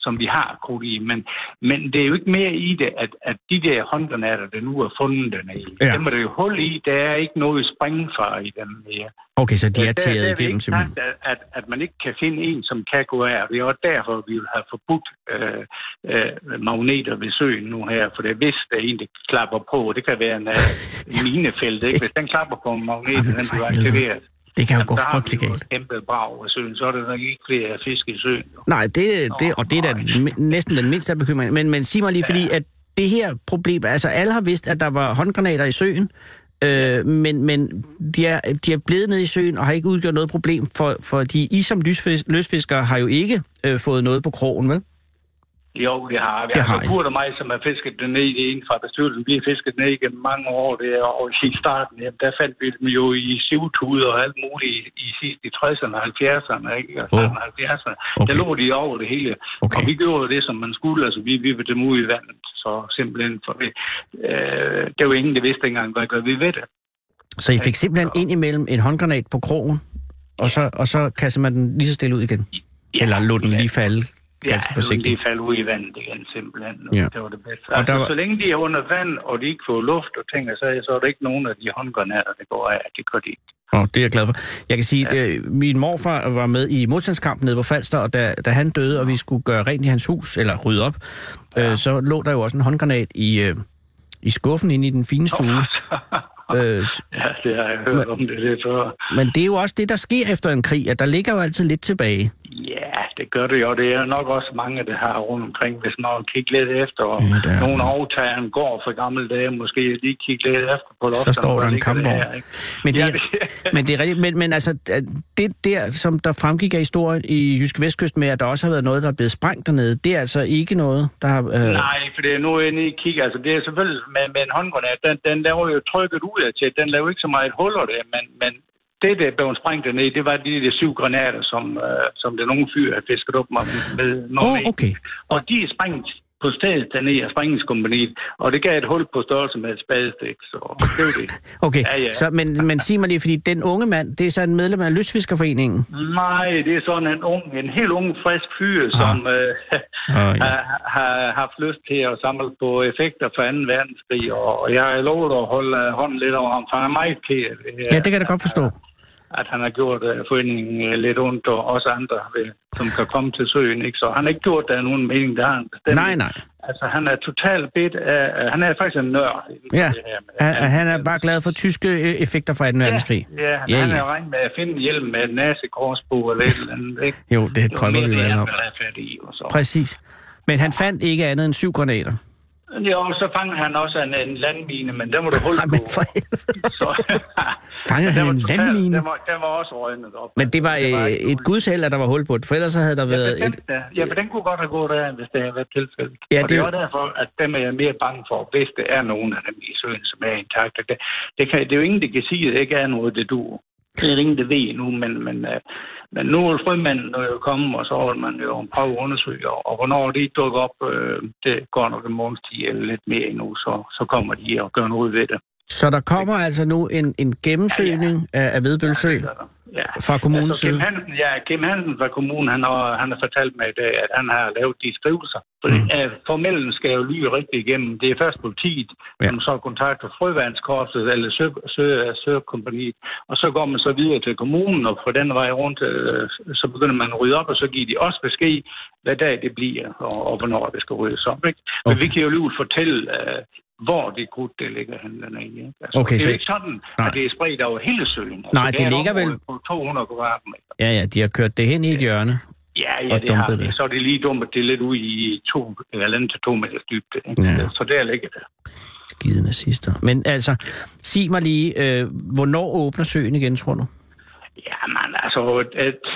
D: som de har krudt i. Men, men det er jo ikke mere i det, at, at de der håndgranater, der nu er fundet dernede, i,
C: Ja.
D: ja. dem er der jo hul i. Der er ikke noget springfar i dem mere.
C: Okay, så de er
D: Der- der er
C: tæret
D: det
C: igennem
D: ikke
C: simpelthen.
D: sagt, at, at, at man ikke kan finde en, som kan gå af. Det er også derfor, vi vil have forbudt øh, øh, magneter ved søen nu her. For det er hvis der er en, der klapper på. Det kan være en, øh, en minefelt. Ikke? Hvis den klapper på en magnet,
C: Jamen,
D: den
C: for
D: bliver
C: helvede.
D: aktiveret.
C: Det kan jo gå
D: så har
C: frygtelig
D: vi jo
C: galt.
D: et kæmpe brag af søen. Så er der nok ikke flere fisk i søen. jo.
C: Nej, det, det,
D: Nå,
C: og det er da
D: nej.
C: mi- næsten den mindste af bekymringen. Men, men sig mig lige, fordi at det her problem, altså alle har vidst, at der var håndgranater i søen, øh, men, men de, er, de er blevet nede i søen og har ikke udgjort noget problem, for, fordi I som lysfis- lystfiskere har jo ikke øh, fået noget på krogen, vel?
D: Jo, det har vi.
C: Det har I.
D: altså, Kurt og mig, som har fisket den ned i en fra bestyrelsen, vi har fisket den ned igennem mange år, det er, og i starten, jamen, der fandt vi dem jo i sivtude og alt muligt i, i sidst i 60'erne og 70'erne, ikke? Og
C: Åh.
D: starten af 70'erne. Okay. Der
C: Okay.
D: lå de over det hele.
C: Okay.
D: Okay. Og vi gjorde det, som man skulle. Altså, vi vippede dem ud i vandet, så simpelthen for det. Øh, der var ingen, der vidste engang, hvad gør vi ved det.
C: Så I fik simpelthen ind imellem en håndgranat på krogen, og så, og så kaster man den lige så stille ud igen? Eller lå den lige falde ganske
D: Ja,
C: forsigtigt?
D: de falde ud i vandet igen, simpelthen.
C: Ja.
D: Ja. Det var det bedste.
C: Og
D: Altså,
C: der var-
D: Så længe de er under vand, og de ikke får luft og ting, og så, så er der ikke nogen af de håndgranater, der går af. Det gør de ikke.
C: Nå, det er jeg glad for. Jeg kan sige, at øh, min morfar var med i modstandskampen nede på Falster, og da, da han døde, og vi skulle gøre rent i hans hus, eller rydde op, øh, så lå der jo også en håndgranat i, øh, i skuffen inde i den fine stue. Øh,
D: Ja, det har jeg hørt om det lidt før.
C: men det er jo også det, der sker efter en krig, at der ligger jo altid lidt tilbage.
D: Ja, det gør det jo. Det er nok også mange, der har rundt omkring, hvis man kigger lidt efter. Og
C: Ja, Mm, det er-
D: nogle aftager en gård for gamle dage, måske lige kigge lidt efter på loftet.
C: står der en kampvogn. Men det,
D: Ja,
C: er, men det er rigtigt. Men, men altså, at det der, som der fremgik af historien i Jysk Vestkyst med, at der også har været noget, der er blevet sprængt dernede, det er altså ikke noget, der har... Øh,
D: Nej, for det er nu inde i kig. Altså, det er selvfølgelig med, med en håndgranat. Den, den laver jo trykket ud af til. Den laver ikke så meget huller der, men, men det, der blev sprængt ned, det var de der syv granater, som, øh, som der nogle fyr har fisket op med. med
C: Åh,
D: med-
C: okay.
D: Og de er sprængt på stedet dernede af sprængningskompaniet, og det gav et hul på størrelse med et spadestik, så det var det.
C: Okay, ja,
D: Ja,
C: ja.
D: ja.
C: Så, men, men sig mig lige, fordi den unge mand, det er så en medlem af Lystfiskerforeningen.
D: Nej, det er sådan en ung, en helt ung, frisk fyr, ah. som øh,
C: Ah,
D: ah,
C: ja.
D: ja. har, har haft lyst til at samle på effekter fra 2. verdenskrig, og jeg har lovet at holde øh, hånden lidt over ham, for han er meget ked. af det her,
C: Ja, det kan jeg da godt forstå.
D: At han har gjort øh, foreningen øh, lidt ondt, og også andre, øh, som kan komme til søen. Ikke? Så han har ikke gjort der nogen mening, der har han bestemt.
C: Nej, nej.
D: Altså, han er totalt bedt af... øh, Han er faktisk en nørd. inden for
C: Ja,
D: det her med-
C: han, han er bare glad for tyske øh, effekter fra 2. verdenskrig.
D: Ja, han,
C: Ja,
D: ja, han
C: ja.
D: er jo regnet med at finde en hjelm med et nasekorsbog eller et eller andet, ikke?
C: Jo, det drømmer vi jo alle om.
D: er fat i. Og så.
C: Præcis. Men han fandt ikke andet end syv granater.
D: Jo, så fangede han også en, en landmine, men den var der hul
C: Nej,
D: på.
C: men for helvede.
D: så,
C: Fangede
D: Den
C: han
D: var
C: en
D: totalt-
C: landmine?
D: Den var, den var også røgnet op.
C: Men det var øh,
D: Altså, ikke
C: et
D: muligt.
C: gudsheld, at der var hul på det, for ellers så havde der
D: Ja,
C: været et...
D: bestemt, ja. ja, men den kunne godt have gået af, hvis det havde været tilfældet.
C: Ja,
D: og det er
C: det-
D: også derfor, at dem er jeg mere bange for, hvis det er nogen af dem i søen, som er intakte. Det, det, kan, det er jo ingen, der kan sige, at det ikke er noget, det duer. Det er ingen, der ved nu, men, men, øh, men nu er frømanden jo kommet, og så vil man jo prøve at undersøge, og, og hvornår de dukker op, øh, det går nok en måneds tid eller lidt mere endnu, så, så kommer de og gør noget ved det.
C: Så der kommer altså nu en, en gennemsøgning af, af Vedbølsø
D: Ja.
C: fra kommunens
D: Altså, Kim
C: side.
D: Hansen, ja, Kim Hansen fra kommunen, han har, han har fortalt mig i dag, at han har lavet de skrivelser. Fordi, mm. formellen skal jo lyde rigtig igennem. Det er først politiet,
C: Ja.
D: ja. som så kontakter frøvandskorpset eller sø- sø- søkompaniet, og så går man så videre til kommunen, og på den vej rundt, øh, så begynder man at rydde op, og så giver de også besked, hvad dag det bliver, og, og hvornår det skal ryddes op. Ikke? Men
C: Okay.
D: vi kan jo lige fortælle, øh, hvor det krudt, det ligger henne. Ikke? Altså,
C: Okay,
D: det er
C: så-
D: jo ikke sådan,
C: Nej.
D: at det er spredt over hele søen.
C: Nej,
D: Altså,
C: det
D: er et
C: ligger vel-
D: område På 200 kvadratmeter.
C: Ja, ja, de har kørt det hen i et hjørne.
D: Ja, ja,
C: og
D: det har
C: dumpet
D: det.
C: det.
D: Så er det lige dumt, at det er lidt ude i to, eller andet til to meters dybde. Ikke?
C: Ja.
D: Ja. Så der ligger det.
C: Skide nazister. Men altså, sig mig lige, øh, hvornår åbner søen igen, tror du?
D: Jamen, altså, et, et,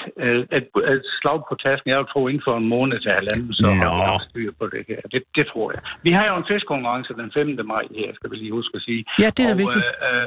D: et, et slag på tasken, jeg tror inden for en måned til halvanden, så har vi nok styr på det her. Det, det tror jeg. Vi har jo en fiskkonkurrence den 5. maj her, skal vi lige huske at sige.
C: Ja, det er da
D: og,
C: vigtigt.
D: Øh, øh,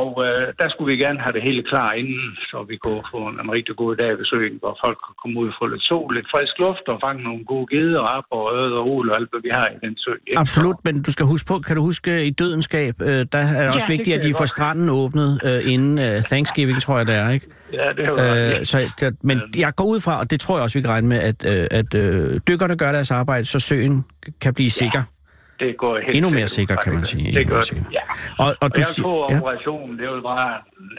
D: Og øh, der skulle vi gerne have det hele klar inden, så vi kunne få en, en rigtig god dag ved søen, hvor folk kan komme ud og få lidt sol, lidt frisk luft og fange nogle gode geder og op og øde og ol og alt, hvad vi har i den sø. ikke?
C: Absolut, men du skal huske på, kan du huske i dødenskab, øh, der er det også
D: det
C: vigtigt,
D: kan
C: at de
D: jeg
C: får
D: godt.
C: stranden åbnet øh, inden øh, Thanksgiving, tror jeg det er, ikke?
D: Så, ja, det var
C: Øh, så, der, men jeg går ud fra, og det tror jeg også, vi kan regne med, at, øh, at øh, dykkerne gør deres arbejde, så søen kan blive sikker.
D: det går helt
C: endnu mere
D: sikkert ud
C: sikker,
D: fra,
C: kan man
D: det-
C: sige.
D: Det
C: Endnu
D: gør
C: mere
D: det,
C: sikker.
D: ja.
C: Og, og,
D: Og
C: du
D: jeg
C: sig-
D: tror,
C: ja.
D: at operationen, det vil bare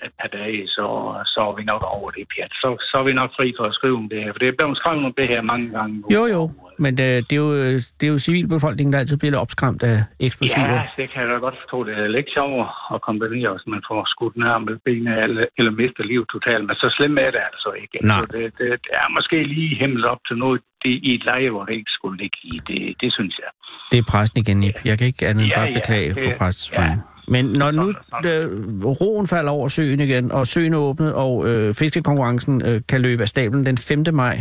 D: et par dage, så, så er vi nok over det pjat. Så, så er vi nok fri for at skrive om det her, for det er blevet skrevet om det her mange gange nu.
C: Jo, jo, men øh, det, er jo, øh, det er jo civilbefolkningen, der altid bliver lidt opskræmt af eksplosiver.
D: Ja, det kan jeg da godt forstå. Det er lidt sjovere at kombinere, hvis man får skudt en arm eller ben af, eller, eller mister livet totalt. Men så slemt er det altså ikke.
C: Nej.
D: Så Det, det, det, er måske lige himmel op til noget det, i et leje, hvor det ikke skulle ligge i. Det, det synes jeg.
C: Det er præsten igen, Ip. Jeg kan ikke andet end
D: Ja,
C: bare
D: ja,
C: beklage
D: det-
C: på præstens
D: ja.
C: vegne. Men når nu
D: Sådan,
C: øh, roen falder over søen igen, og søen er åbnet, og øh, fiskekonkurrencen øh, kan løbe af stablen den 5. maj,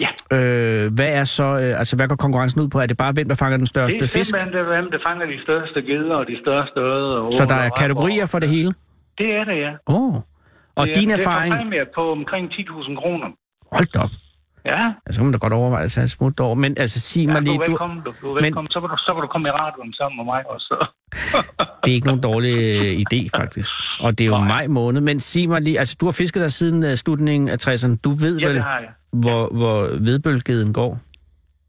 D: Ja.
C: øh, hvad er så, øh, altså hvad går konkurrencen ud på? Er det bare, hvem der fanger den
D: Det er
C: største Altså, fisk?
D: simpelthen, det, hvem der fanger de største geder og de største øde. Og
C: Så der
D: åler
C: er
D: og
C: kategorier
D: rapper.
C: for det hele?
D: Det er det, ja.
C: Åh, oh. og
D: det,
C: din
D: er-
C: erfaring...
D: Det er præmier på omkring 10.000 kroner.
C: Hold da op.
D: Ja,
C: Altså, så kan man da godt overveje at tage et smut over. Men altså, sig
D: ja
C: mig
D: du
C: lige,
D: er
C: du,
D: velkommen. Du, du er
C: men-
D: velkommen. Så, kan du, så kan du komme i radioen sammen med mig også.
C: det er ikke nogen dårlig øh, idé, faktisk. Og det er jo maj måned. Men sig mig lige, altså, du har fisket der siden øh, slutningen af 60'erne. Du ved
D: ja,
C: vel,
D: det har jeg.
C: hvor, hvor vedbølgeden går.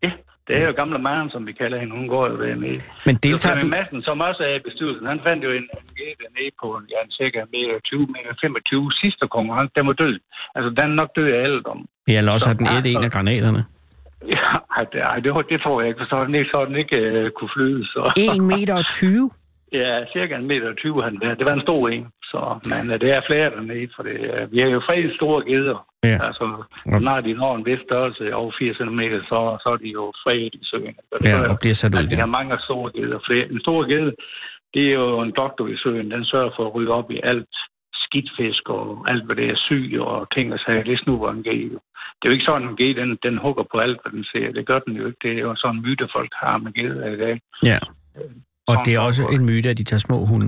D: Ja, det er jo gamle Maren, som vi kalder hende. Hun går jo dernede.
C: Men
D: Det
C: deltager
D: du...
C: du...
D: Madsen, som også er i bestyrelsen, han fandt jo en gate nede på en, ja, en cirka meter 20, meter 25 sidste konkurrence. Den var død. Altså, den er nok død af alderdom.
C: Ja, eller også har den
D: Nå,
C: et en af granaterne.
D: Ja, ej, det, ej, det, det tror jeg ikke, for så har den ikke, så har den ikke øh, kunne flyde. Så.
C: 1 meter og 20?
D: Ja, cirka en meter 20 han var. Det var en stor en. Så, men øh, det er flere dernede, for det, øh, vi er jo fred store geder.
C: Ja.
D: Altså, når de når en vis størrelse over 4 cm, så, så er de jo fredet i søen. Så det gør
C: Ja,
D: jo-
C: og bliver sat ud
D: Altså, vi har
C: igen.
D: mange store geder. For det- en stor gede, det er jo en doktor i søen. Den sørger for at rydde op i alt skidtfisk og alt, hvad det er syg og ting og sager. Det snupper en gede jo. Det er jo ikke sådan, en gede, den, den hugger på alt, hvad den ser. Det gør den jo ikke. Det er jo sådan en myte, folk har med geder i dag.
C: Ja. Og det er også en myte, at de tager små hunde.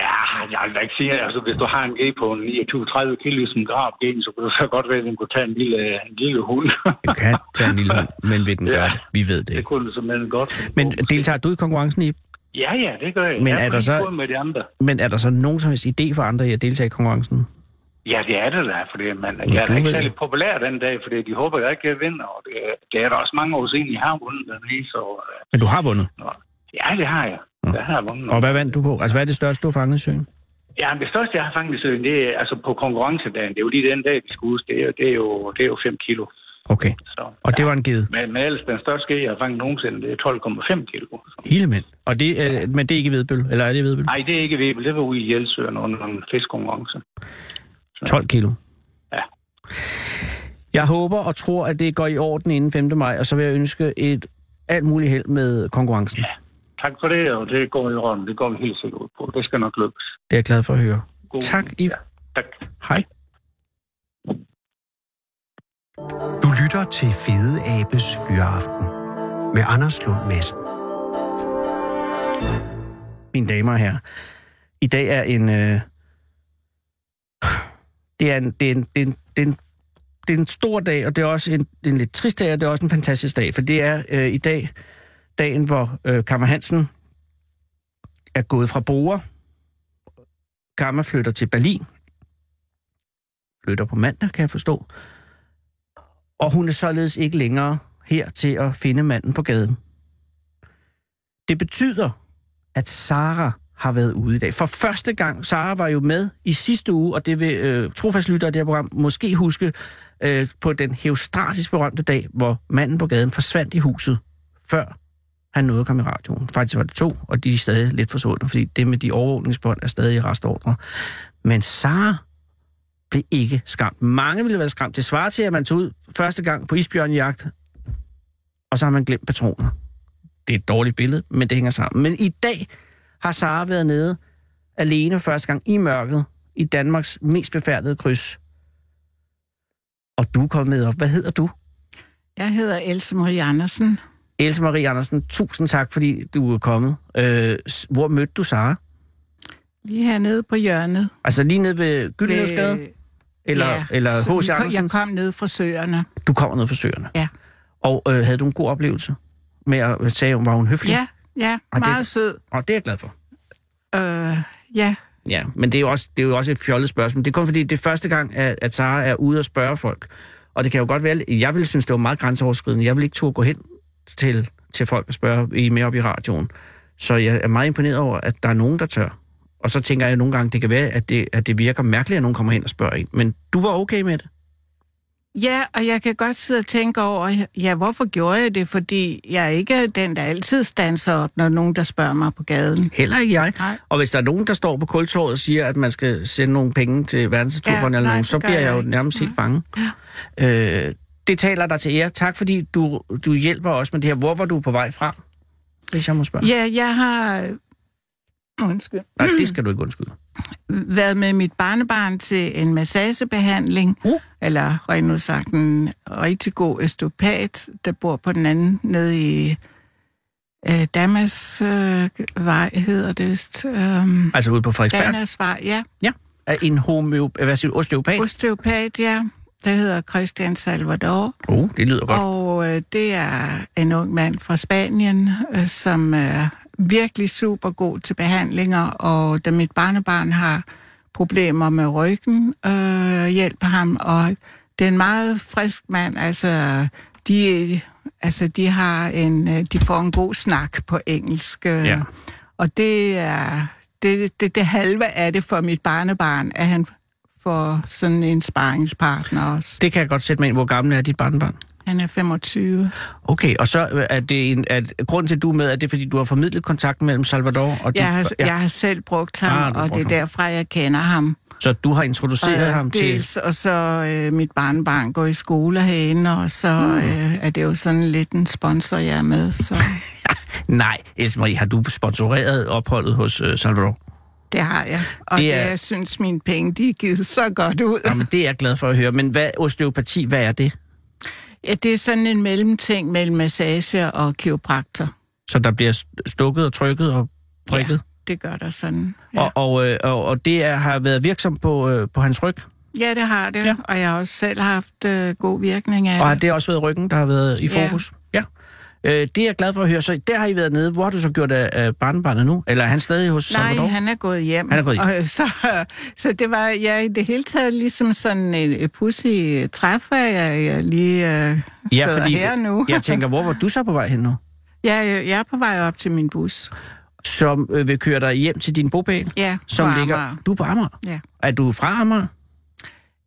D: Ja, jeg vil da ikke sige, altså hvis du har en gede på en 29-30 kilo som grav gede, så kunne det så godt være, at den kunne tage en lille, en lille hund.
C: Du kan tage en lille hund, men vil den
D: Ja.
C: gøre det? Vi ved det
D: det
C: ikke.
D: kunne det simpelthen godt.
C: Men deltager du i konkurrencen, Ip?
D: Ja, ja, det gør jeg.
C: Men
D: jeg
C: er der
D: på lige
C: så-
D: fod med de andre.
C: Men er der så nogen som helst idé for andre i at deltage i konkurrencen?
D: Ja, det er det da, fordi man, jeg er
C: du
D: da ikke
C: ved-
D: særlig populær den dag, fordi de håber, jeg ikke vinder, og det, det er der også mange år siden, jeg har vundet den så øh,
C: Men du har vundet.
D: ja, det har jeg. Det har jeg vundet.
C: Og hvad vandt du på? Altså, hvad er det største, du har fanget i søen?
D: Ja, men det største, jeg har fanget i søen, det er altså på konkurrencedagen, det er jo lige den dag, vi skal huske, det er, jo- det er jo, det er jo 5 kilo.
C: Okay.
D: Så.
C: Og det var en ged.
D: Men, men ellers, den største ske, jeg har fanget nogensinde, det er 12,5 kilo.
C: Hilemænd. Og det, øh, men det er ikke i Vedbøl, eller er det i Vedbøl?
D: Nej, det er ikke Vebel, det var ude i Hjælsøen under en fiskkonkurrence.
C: 12 kilo.
D: Ja.
C: Jeg håber og tror, at det går i orden inden 5. maj, og så vil jeg ønske et alt muligt held med konkurrencen. Ja.
D: Tak for det, og det går i orden, det går vi helt sikkert ud på. Det skal nok lykkes.
C: Det er jeg glad for at høre.
D: God.
C: Tak, Iv. Ja.
D: Tak.
C: Hej.
E: Du lytter til Fede Abes Fyraften med Anders Lund Madsen.
C: mine damer og herrer. I dag er en... Øh, det, er en, det, er en, det, er en, det, er en, det er en stor dag, og det er også en, det er en lidt trist dag, og det er også en fantastisk dag, for det er øh, i dag dagen, hvor øh, Kammer Hansen er gået fra Bore. Kammer flytter til Berlin. Flytter på mandag, kan jeg forstå. Og hun er således ikke længere her til at finde manden på gaden. Det betyder, at Sara har været ude i dag. For første gang, Sara var jo med i sidste uge, og det vil øh, trofastlyttere af det her program måske huske, øh, på den heostratisk berømte dag, hvor manden på gaden forsvandt i huset, før han nåede at komme i radioen. Faktisk var det to, og de er stadig lidt forsvundet, fordi det med de overvågningsbånd er stadig i restordre. Men Sara blev ikke skræmt. Mange ville være skræmt. Det svarer til, at man tog ud første gang på isbjørnjagt, og så har man glemt patroner det er et dårligt billede, men det hænger sammen. Men i dag har Sara været nede alene første gang i mørket i Danmarks mest befærdede kryds. Og du er kommet med op. Hvad hedder du?
F: Jeg hedder Else Marie Andersen.
C: Else Marie Andersen, tusind tak, fordi du er kommet. Øh, s- hvor mødte du Sara?
F: Lige hernede på hjørnet.
C: Altså lige nede ved Gyldenløvsgade?
F: Ved-
C: Eller, ja, eller
F: Øh, så
C: H.C.
F: vi kom- Jeg
C: Andersens?
F: kom ned fra søerne.
C: Du kommer ned fra søerne.
F: Ja.
C: Og øh, havde du en god oplevelse med at sige, var hun høflig?
F: Ja, ja,
C: Og det-
F: meget sød.
C: Og det er jeg glad for.
F: Øh, ja,
C: Ja, men det er, jo også, det er jo også et fjollet spørgsmål. Det er kun fordi, det er første gang, at, at Sara er ude og spørge folk. Og det kan jo godt være, jeg ville synes, det var meget grænseoverskridende. Jeg ville ikke turde gå hen til, til folk og spørge i mere op i radioen. Så jeg er meget imponeret over, at der er nogen, der tør. Og så tænker jeg nogle gange, det kan være, at det, at det virker mærkeligt, at nogen kommer hen og spørger en. Men du var okay med det.
F: Ja, og jeg kan godt sidde og tænke over, ja, hvorfor gjorde jeg det? Fordi jeg er ikke den, der altid standser op, når nogen, der spørger mig på gaden.
C: Heller ikke jeg.
F: Nej.
C: Og hvis der er nogen, der står på kultorvet og siger, at man skal sende nogle penge til verdensnaturfonden ja,
F: Ja,
C: eller
F: nej,
C: nogen,
F: det
C: så
F: gør
C: bliver jeg
F: jeg
C: jo
F: ikke.
C: nærmest helt bange. Ja. Øh, det taler dig til ære. Tak fordi du, du hjælper os med det her. Hvor var du på vej fra? Hvis jeg må spørge.
F: Ja, jeg har øh, undskyld,
C: Nej, det skal du ikke undskylde.
F: været med mit barnebarn til en massagebehandling,
C: Uh.
F: eller rent ud sagt en rigtig god østopat, der bor på den anden nede i øh, Damas øh, vej, hedder det vist. Øh,
C: Altså ude på Frederiksberg.
F: Damas vej, ja.
C: Ja. Er En homeo... Hvad siger du? Osteopat?
F: Osteopat, ja. Der hedder Christian Salvador.
C: Oh, det lyder godt.
F: Og øh, det er en ung mand fra Spanien, øh, som er virkelig super god til behandlinger, og da mit barnebarn har problemer med ryggen, øh, hjælper ham, og det er en meget frisk mand, altså de, altså, de har en, øh, de får en god snak på engelsk, øh,
C: Ja.
F: og det er det, det, det halve af det for mit barnebarn, at han får sådan en sparringspartner også.
C: Det kan jeg godt sætte mig ind. Hvor gammel er dit barnbarn?
F: Han er 25.
C: Okay, og så øh, er det en... At, grunden til, at du er med, er det, fordi du har formidlet kontakten mellem Salvador og
F: Jeg har,
C: dit...
F: ja. jeg har selv brugt ham,
C: Ah,
F: ah,
C: du har
F: og
C: brugt
F: det er
C: ham.
F: derfra, jeg kender ham.
C: Så du har introduceret
F: og,
C: ham til...
F: dels, og så øh, mit barnbarn går i skole herinde, og så
C: Mm.
F: øh, er det jo sådan lidt en sponsor, jeg er med. Så
C: Nej, Else Marie, har du sponsoreret opholdet hos øh, Salvador?
F: det har jeg. Og
C: Det
F: det
C: er-
F: er... jeg synes, mine penge de er givet så godt ud.
C: Jamen, det er jeg glad for at høre. Men hvad, osteopati, hvad er det?
F: Ja, det er sådan en mellemting mellem massage og kiropraktor.
C: Så der bliver st- stukket og trykket og prikket?
F: Det gør der sådan.
C: Ja. Og, og, øh, og, og det er, har været virksom på, øh, på hans ryg?
F: Ja, det har det,
C: Ja.
F: ja. og jeg har også selv haft øh, god virkning af
C: Og har
F: det.
C: det også været ryggen, der har været i
F: Ja.
C: fokus? Ja. Øh, det er jeg glad for at høre. Så der har I været nede. Hvor har du så gjort af øh, barnebarnet nu? Eller er han stadig hos
F: Nej,
C: Salvador?
F: han er gået hjem.
C: Han er gået hjem.
F: Og, øh, så, så det var ja, i det hele taget ligesom sådan et, et pussy træf, at jeg, jeg lige øh, ja, sidder her nu.
C: jeg tænker, hvor var du så på vej hen nu?
F: jeg, er- jeg er på vej op til min bus.
C: Som øh, vil køre dig hjem til din bopæl?
F: Ja,
C: som
F: på
C: ligger...
F: Amager.
C: Du er på Amager?
F: Ja.
C: Er du fra Amager?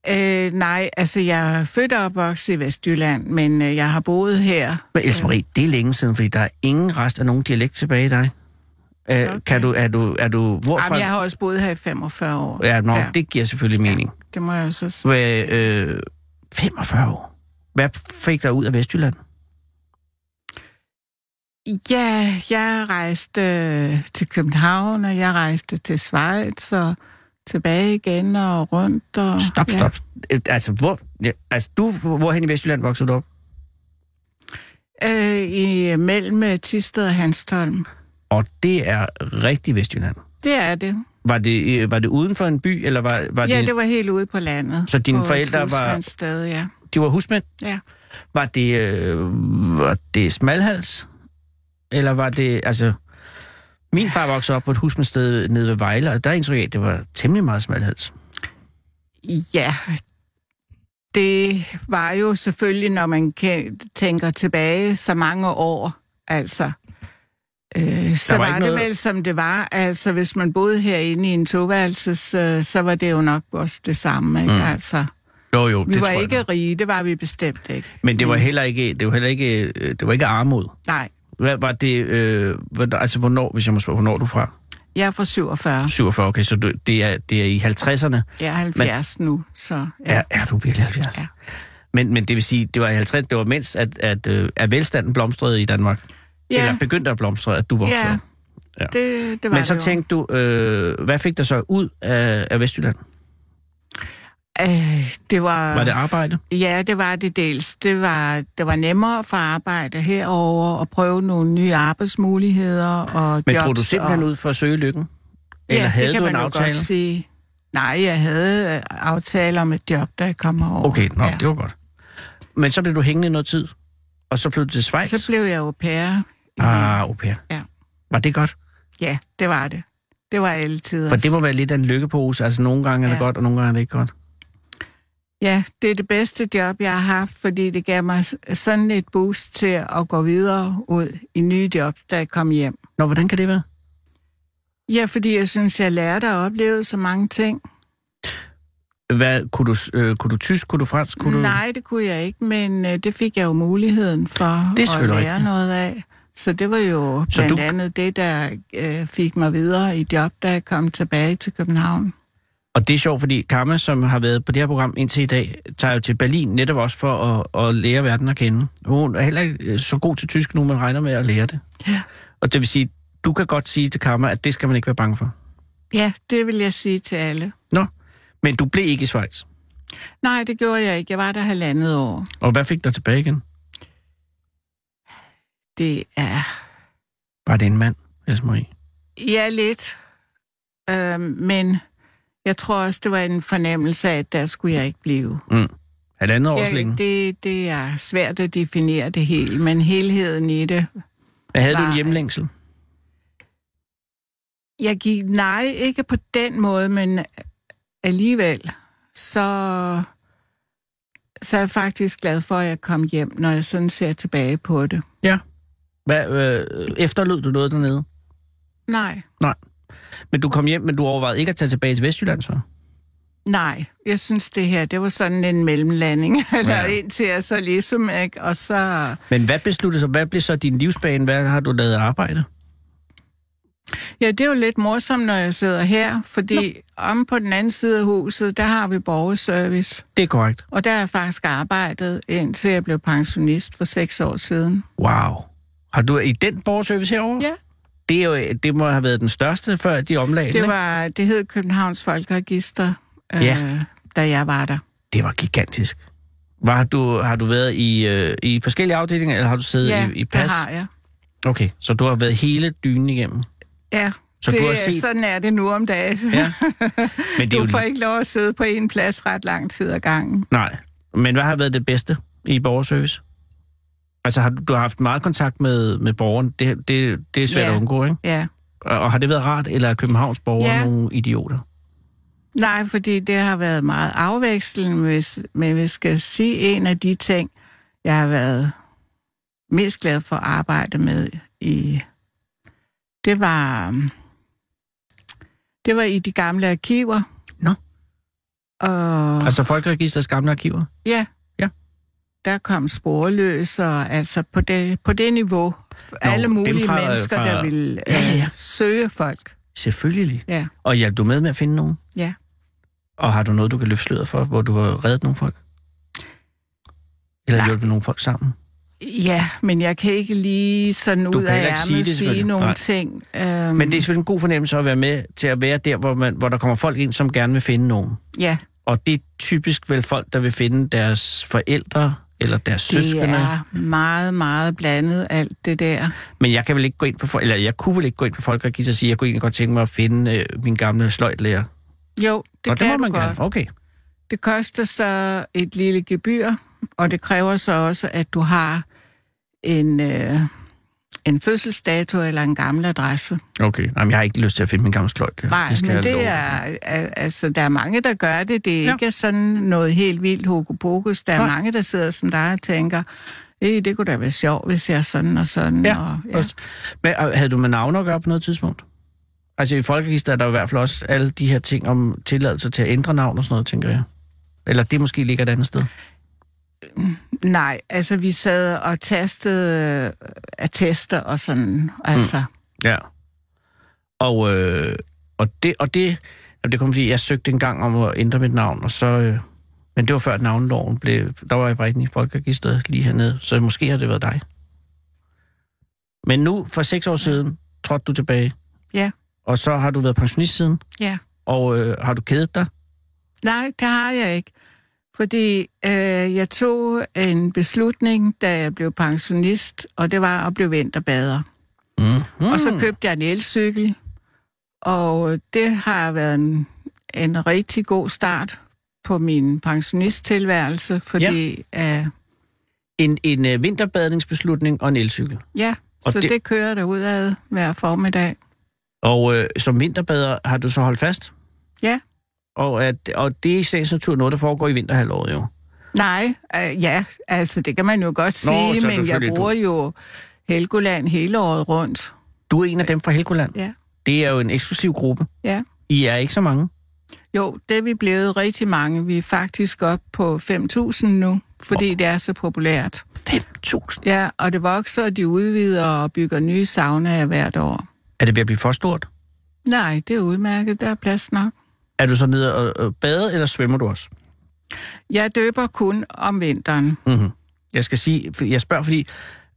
F: Øh, nej, altså jeg er født og opvokset i Vestjylland, men øh, jeg har boet her.
C: Men Else Marie, det er længe siden, fordi der er ingen rest af nogen dialekt tilbage i dig. Øh, okay. Kan du, er du, er du, hvorfra?
F: Jamen, jeg har også boet her i 45 år.
C: Ja, nå, ja. det giver selvfølgelig mening.
F: det må jeg jo så sige.
C: Hvad, øh, 45 år. Hvad fik dig ud af Vestjylland?
F: Ja, jeg rejste øh, til København, og jeg rejste til Schweiz, og tilbage igen og rundt. Og,
C: Stop,
F: ja.
C: stop. Øh, Altså, hvor, ja, altså du, hvorhen i Vestjylland voksede du op?
F: Øh, i, mellem øh, Thisted og Hanstholm.
C: Og det er rigtig Vestjylland.
F: Det er det.
C: Var det, øh, var det uden for en by, eller var, var
F: Ja,
C: det,
F: det var helt ude på landet.
C: Så dine
F: på et
C: forældre var-
F: husmandssted, ja.
C: de var husmænd?
F: ja.
C: Var det, øh, var det smalhals? Eller var det, altså... Min far voksede op på et husmandsted nede ved Vejle, og der indtryk jeg, at det var temmelig meget smalhals.
F: Ja, det var jo selvfølgelig, når man kend- tænker tilbage så mange år, altså. Øh, så
C: Der var
F: var,
C: ikke
F: var det
C: noget-
F: noget... vel, som det var. Altså, hvis man boede herinde i en toværelses, øh, så var det jo nok også det samme, ikke? Mm. Altså,
C: Jo, jo,
F: vi
C: det
F: var
C: tror jeg
F: ikke
C: nok.
F: rige, det var vi bestemt ikke.
C: Men det var heller ikke, det var heller ikke, øh, det var ikke armod.
F: Nej,
C: Hvad var det, øh, hvad, altså hvornår, hvis jeg må spørge, hvornår er du fra?
F: jeg er fra 47.
C: 47, okay, så du, det, er, det er i 50'erne.
F: Jeg er 70 Men... nu, så... Ja.
C: Er, er du virkelig 70? Ja.
F: Ja.
C: Men, men det vil sige, det var i 50, det var mens, at, at, at, at velstanden blomstrede i Danmark.
F: Ja.
C: Eller begyndte at blomstre, at du voksede.
F: Ja,
C: op. Ja.
F: Det, det var
C: Men så
F: det jo.
C: tænkte du, øh, hvad fik dig så ud af, af Vestjylland?
F: Øh, det var...
C: Var det arbejde?
F: Ja, det var det dels. Det var, det var nemmere at få arbejde herover og prøve nogle nye arbejdsmuligheder og
C: Men
F: jobs.
C: drog du simpelthen
F: og...
C: ud for at søge lykken? Eller
F: ja,
C: havde
F: det kan
C: du
F: man
C: en
F: jo
C: aftale?
F: Godt sige. Nej, jeg havde øh, aftaler om et job, da jeg kom over.
C: Okay, nå, ja. det var godt. Men så blev du hængende i noget tid, og så flyttede du til Schweiz.
F: Så blev jeg au pair.
C: Ah, au pair.
F: Ja.
C: Var det godt?
F: Ja, det var det. Det var altid.
C: For det må være lidt af en lykkepose. Altså, nogle gange er det
F: Ja.
C: godt, og nogle gange er det ikke godt.
F: Ja, det er det bedste job, jeg har haft, fordi det gav mig s- sådan et boost til at gå videre ud i nye job, da jeg kom hjem.
C: Nå, hvordan kan det være?
F: Ja, fordi jeg synes, jeg lærte og oplevede så mange ting.
C: Hvad, kunne, du, øh, kunne du tysk? Kunne du fransk? Kunne
F: Nej, det kunne jeg ikke, men øh, det fik jeg jo muligheden for
C: Det er
F: at
C: selvfølgelig
F: lære
C: rigtigt.
F: noget af. Så det var jo
C: Så
F: blandt
C: du-
F: andet det, der øh, fik mig videre i job, da jeg kom tilbage til København.
C: Du? Og det er sjovt, fordi Karma, som har været på det her program indtil i dag, tager jo til Berlin netop også for at, at lære verden at kende. Hun er heller ikke øh, så god til tysk nu, man regner med at lære det.
F: Ja.
C: Og det vil sige, du kan godt sige til Karma, at det skal man ikke være bange for.
F: Ja, det vil jeg sige til alle.
C: Nå, men du blev ikke i Schweiz.
F: Nej, det gjorde jeg ikke. Jeg var der halvandet år.
C: Og hvad fik dig tilbage igen?
F: Det er
C: Var det en mand, Else Marie?
F: Ja, lidt. Øh, men jeg tror også, det var en fornemmelse af, at der skulle jeg ikke blive.
C: Mm. Halvandet års
F: Jeg,
C: længe.
F: det, det er svært at definere det hele, men helheden i det.
C: Hvad havde du en
F: var-
C: hjemlængsel?
F: Jeg gik nej, ikke på den måde, men alligevel, så, så er jeg faktisk glad for, at jeg kom hjem, når jeg sådan ser tilbage på det.
C: Hvad, øh, efterlod du noget dernede?
F: Nej,
C: Men du kom hjem, men du overvejede ikke at tage tilbage til Vestjylland, så?
F: nej. Jeg synes, det her, det var sådan en mellemlanding. Eller
C: Ja.
F: ja. indtil jeg så ligesom, ikke? Og så...
C: Men hvad besluttede så? Hvad blev så din livsbane? Hvad har du lavet af arbejde?
F: Ja, det er jo lidt morsomt, når jeg sidder her, fordi Nå. om på den anden side af huset, der har vi borgerservice.
C: Det er korrekt.
F: Og der har jeg faktisk arbejdet, indtil jeg blev pensionist for seks år siden.
C: Wow. Har du i den borgerservice herovre?
F: Ja,
C: Det, er jo, det må have været den største, før de omlagde den,
F: det,
C: ikke?
F: var, det hed Københavns Folkeregister, øh,
C: Ja.
F: ja. da jeg var der.
C: det var gigantisk. Var du, har du været i, øh, i forskellige afdelinger, eller har du siddet
F: ja,
C: i, i
F: det
C: pas?
F: har jeg.
C: Okay, så du har været hele dynen igennem.
F: Ja,
C: Så
F: det,
C: du har
F: er-
C: set-
F: sådan er det nu om dagen.
C: Ja. Men det er jo
F: Du får
C: lige-
F: ikke lov at sidde på en plads ret lang tid ad gangen.
C: Nej. Men hvad har været det bedste i borgerservice? Altså, har, du- du har haft meget kontakt med, med borgeren. Det, det, det er svært
F: Ja.
C: at undgå, ikke?
F: Ja.
C: Og, og har det været rart, eller er Københavns borgere
F: Ja.
C: nogle idioter?
F: Nej, fordi det har været meget afvekslende, hvis, men vi skal sige en af de ting, jeg har været mest glad for at arbejde med i, det var, øhm, det var i de gamle arkiver.
C: Nå.
F: Og
C: Altså, Folkeregisterets gamle arkiver?
F: ja,
C: Ja.
F: der kom sporløs, og altså på det, på det niveau, Nå, alle
C: dem
F: mulige
C: fra-
F: mennesker,
C: fra-
F: der ville
C: Ja, ja,
F: øh,
C: ja.
F: søge folk.
C: Selvfølgelig.
F: Ja,
C: Og hjalp du med med at finde nogen?
F: ja.
C: Og har du noget, du kan løfte sløret for, hvor du har reddet nogle folk? Eller
F: Nej.
C: hjulpet nogle folk sammen?
F: Ja, men jeg kan ikke lige sådan
C: Du
F: ud
C: kan
F: af
C: heller ikke sige
F: ærmet
C: det,
F: sige,
C: selvfølgelig.
F: nogle
C: Nej.
F: ting. Øhm,
C: Men det er selvfølgelig en god fornemmelse at være med til at være der, hvor, man, hvor der kommer folk ind, som gerne vil finde nogen.
F: ja,
C: Og det er typisk vel folk, der vil finde deres forældre eller deres
F: det
C: søskende.
F: er meget, meget blandet alt det der.
C: Men jeg kan vel ikke gå ind på folk, eller jeg kunne vel ikke gå ind på folk og give sig og sige, jeg kunne egentlig godt tænke mig at finde øh, min gamle sløjtlærer.
F: Jo, det
C: og
F: kan
C: det må
F: du
C: man
F: godt.
C: gerne. Okay.
F: Det koster så et lille gebyr, og det kræver så også, at du har en, øh, en fødselsdato eller en gammel adresse.
C: Okay. Jamen, jeg har ikke lyst til at finde min gamle sløjtlærer.
F: Nej,
C: skal
F: men
C: jeg love
F: det
C: dig.
F: er, al- altså, der er mange, der gør det. Det er
C: Ja.
F: ja. ikke sådan noget helt vildt hokus-pokus. Der er
C: Nej.
F: Nej. mange, der sidder som dig og tænker, "Øh, det kunne da være sjovt, hvis jeg er sådan og sådan.
C: Ja,
F: og,
C: ja. Men og havde du med navne at gøre på noget tidspunkt? Altså i folkeregister er der jo i hvert fald også alle de her ting om tilladelser til at ændre navn og sådan noget, tænker jeg. Eller det måske ligger et andet sted.
F: Nej, altså vi sad og tastede øh, attester og sådan. Altså, mm.
C: Ja. Og, øh, og det, og det, jamen, det kom fordi, jeg søgte en gang om at ændre mit navn, og så... Øh, men det var før navnloven blev... Der var jeg bare inde i Folkeregisteret lige hernede, så måske har det været dig. Men nu, for seks år siden, trådte du tilbage.
F: Ja.
C: Og så har du været pensionist siden,
F: ja.
C: og øh, har du kædet dig?
F: Nej, det har jeg ikke. Fordi øh, jeg tog en beslutning, da jeg blev pensionist, og det var at blive vinterbader.
C: Mm.
F: Mm. Og så købte jeg en elcykel, Og det har været en, en rigtig god start på min pensionisttilværelse, fordi ja, øh,
C: En, en øh, vinterbadningsbeslutning og en elcykel.
F: ja
C: Og
F: så
C: det-
F: det... det kører derudad hver formiddag.
C: Og øh, som vinterbader har du så holdt fast?
F: Ja.
C: Og, at, og det er i sagens natur noget, der foregår i vinterhalvåret jo.
F: Nej, øh, ja, altså det kan man jo godt
C: Nå,
F: sige,
C: så
F: men jeg
C: selvfølgelig, du-
F: bruger jo Helgoland hele året rundt.
C: Du er en af dem fra Helgoland.
F: Ja.
C: Det er jo en eksklusiv gruppe.
F: Ja.
C: I er ikke så mange.
F: Jo, det er vi blevet rigtig mange. Vi er faktisk op på 5.000 nu, fordi det er så populært.
C: 5.000.
F: Ja, og det vokser, og de udvider og bygger nye saunaer hvert år.
C: Er det ved at blive for stort?
F: Nej, det er udmærket. Der er plads nok.
C: Er du så nede og, og bade, eller svømmer du også?
F: Jeg døber kun om vinteren.
C: Mm-hmm. Jeg skal sige, for- jeg spørger, fordi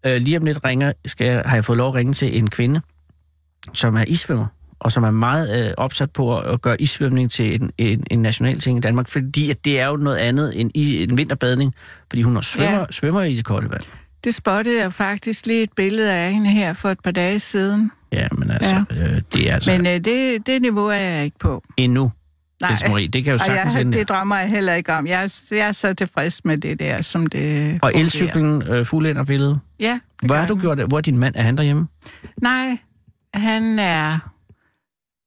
C: øh, lige om lidt ringer, skal jeg, har jeg fået lov at ringe til en kvinde, som er isvømmer, og som er meget øh, opsat på at, at gøre isvømning til en, en, en national ting i Danmark, fordi at det er jo noget andet end i, en vinterbadning, fordi hun også svømmer, ja.
F: Ja.
C: svømmer i det kolde vand.
F: Det spottede jeg faktisk lige et billede af hende her for et par dage siden.
C: Ja, men altså, ja. Øh, det er altså men,
F: Men øh, det, det niveau er jeg ikke på.
C: endnu,
F: Nej.
C: Niels Marie, det kan jo
F: Og
C: sagtens
F: jeg,
C: ende.
F: det drømmer jeg heller ikke om. Jeg, er- jeg er så tilfreds med det der, som det
C: Og
F: fungerer.
C: elcyklen øh, fuldender billedet.
F: Ja. det
C: Hvor
F: gør
C: har du
F: den.
C: gjort det? Hvor er din mand? Er han derhjemme?
F: Nej, han er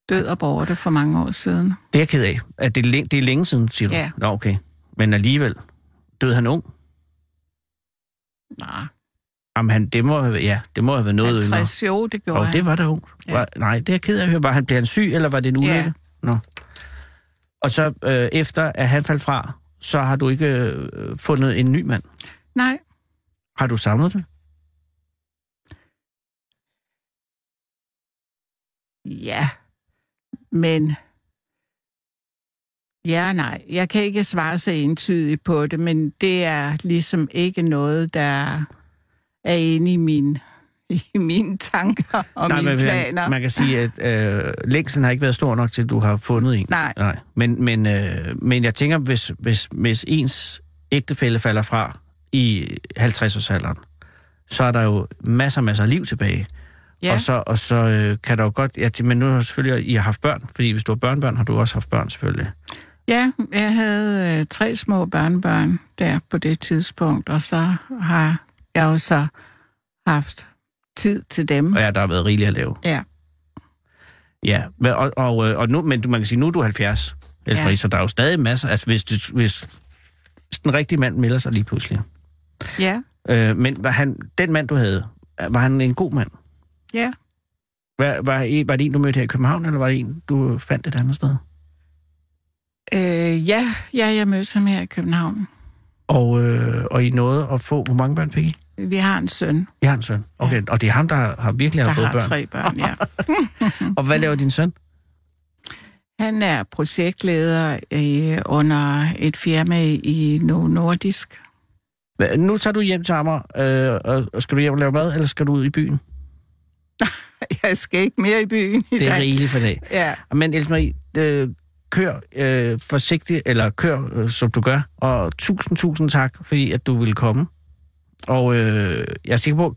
F: død og borte for mange år siden.
C: Det er jeg ked af. At det, er læ- det er længe siden, siger du?
F: Ja.
C: Nå, okay. Men alligevel. Døde han ung?
F: Nej,
C: Jamen, han, det må have, ja, det må have været noget yngre.
F: 50 jo, det gjorde
C: Og
F: han.
C: det var der jo.
F: Ja.
C: Var, nej, det er jeg ked af at høre. Var han, blev han syg, eller var det en ulykke?
F: Ja.
C: Nå. Og så øh, efter, at han faldt fra, så har du ikke øh, fundet en ny mand.
F: Nej,
C: Har du savnet det?
F: ja, men... Ja, og nej. Jeg kan ikke svare så entydigt på det, men det er ligesom ikke noget, der er inde i, min, i mine tanker og nej, mine
C: men,
F: planer.
C: Man, man kan sige, at øh, længslen har ikke været stor nok til, at du har fundet en.
F: Nej.
C: nej. Men, men, øh, men jeg tænker, hvis, hvis, hvis ens ægtefælle falder fra i 50-årsalderen, så er der jo masser, masser af liv tilbage. Ja.
F: ja.
C: Og så, og så øh, kan der jo godt... Ja, det- men nu har du selvfølgelig, I har haft børn, fordi hvis du har børnebørn, har du også haft børn selvfølgelig.
F: Ja, jeg havde øh, tre små børnebørn der på det tidspunkt, og så har jeg jo så haft tid til dem.
C: Og ja, der har været rigeligt at lave.
F: Ja.
C: Ja, men- og, og, øh, og nu, men du- man kan sige, nu er du 70, Else
F: Ja.
C: ja. så der er jo stadig masser... Altså, hvis, du- hvis, hvis den rigtige mand melder sig lige pludselig.
F: Ja,
C: Øh, men var han, den mand, du havde, var han en god mand?
F: ja.
C: Var, var, var det en, du mødte her i København, eller var det en, du fandt et andet sted?
F: Øh, ja, ja, jeg mødte ham her i København.
C: Og, øh, og I nåede at få... Hvor mange børn fik I?
F: Vi har en søn,
C: I har en søn. Okay, ja. og det er ham, der har, har virkelig
F: der
C: har fået
F: har
C: børn.
F: tre børn, ja.
C: Og hvad laver din søn?
F: Han er projektleder øh, under et firma i Novo Nordisk.
C: Hva- Nu tager du hjem til Amager, øh, og- og skal du hjem og lave mad, eller skal du ud i byen?
F: Jeg skal ikke mere i byen i
C: Det er
F: dag.
C: rigeligt for dag.
F: Ja,
C: Men Else Marie, øh, kør øh, forsigtigt, eller kør, øh, som du gør. Og tusind, tusind tak, fordi at du ville komme. Og øh, jeg er sikker på,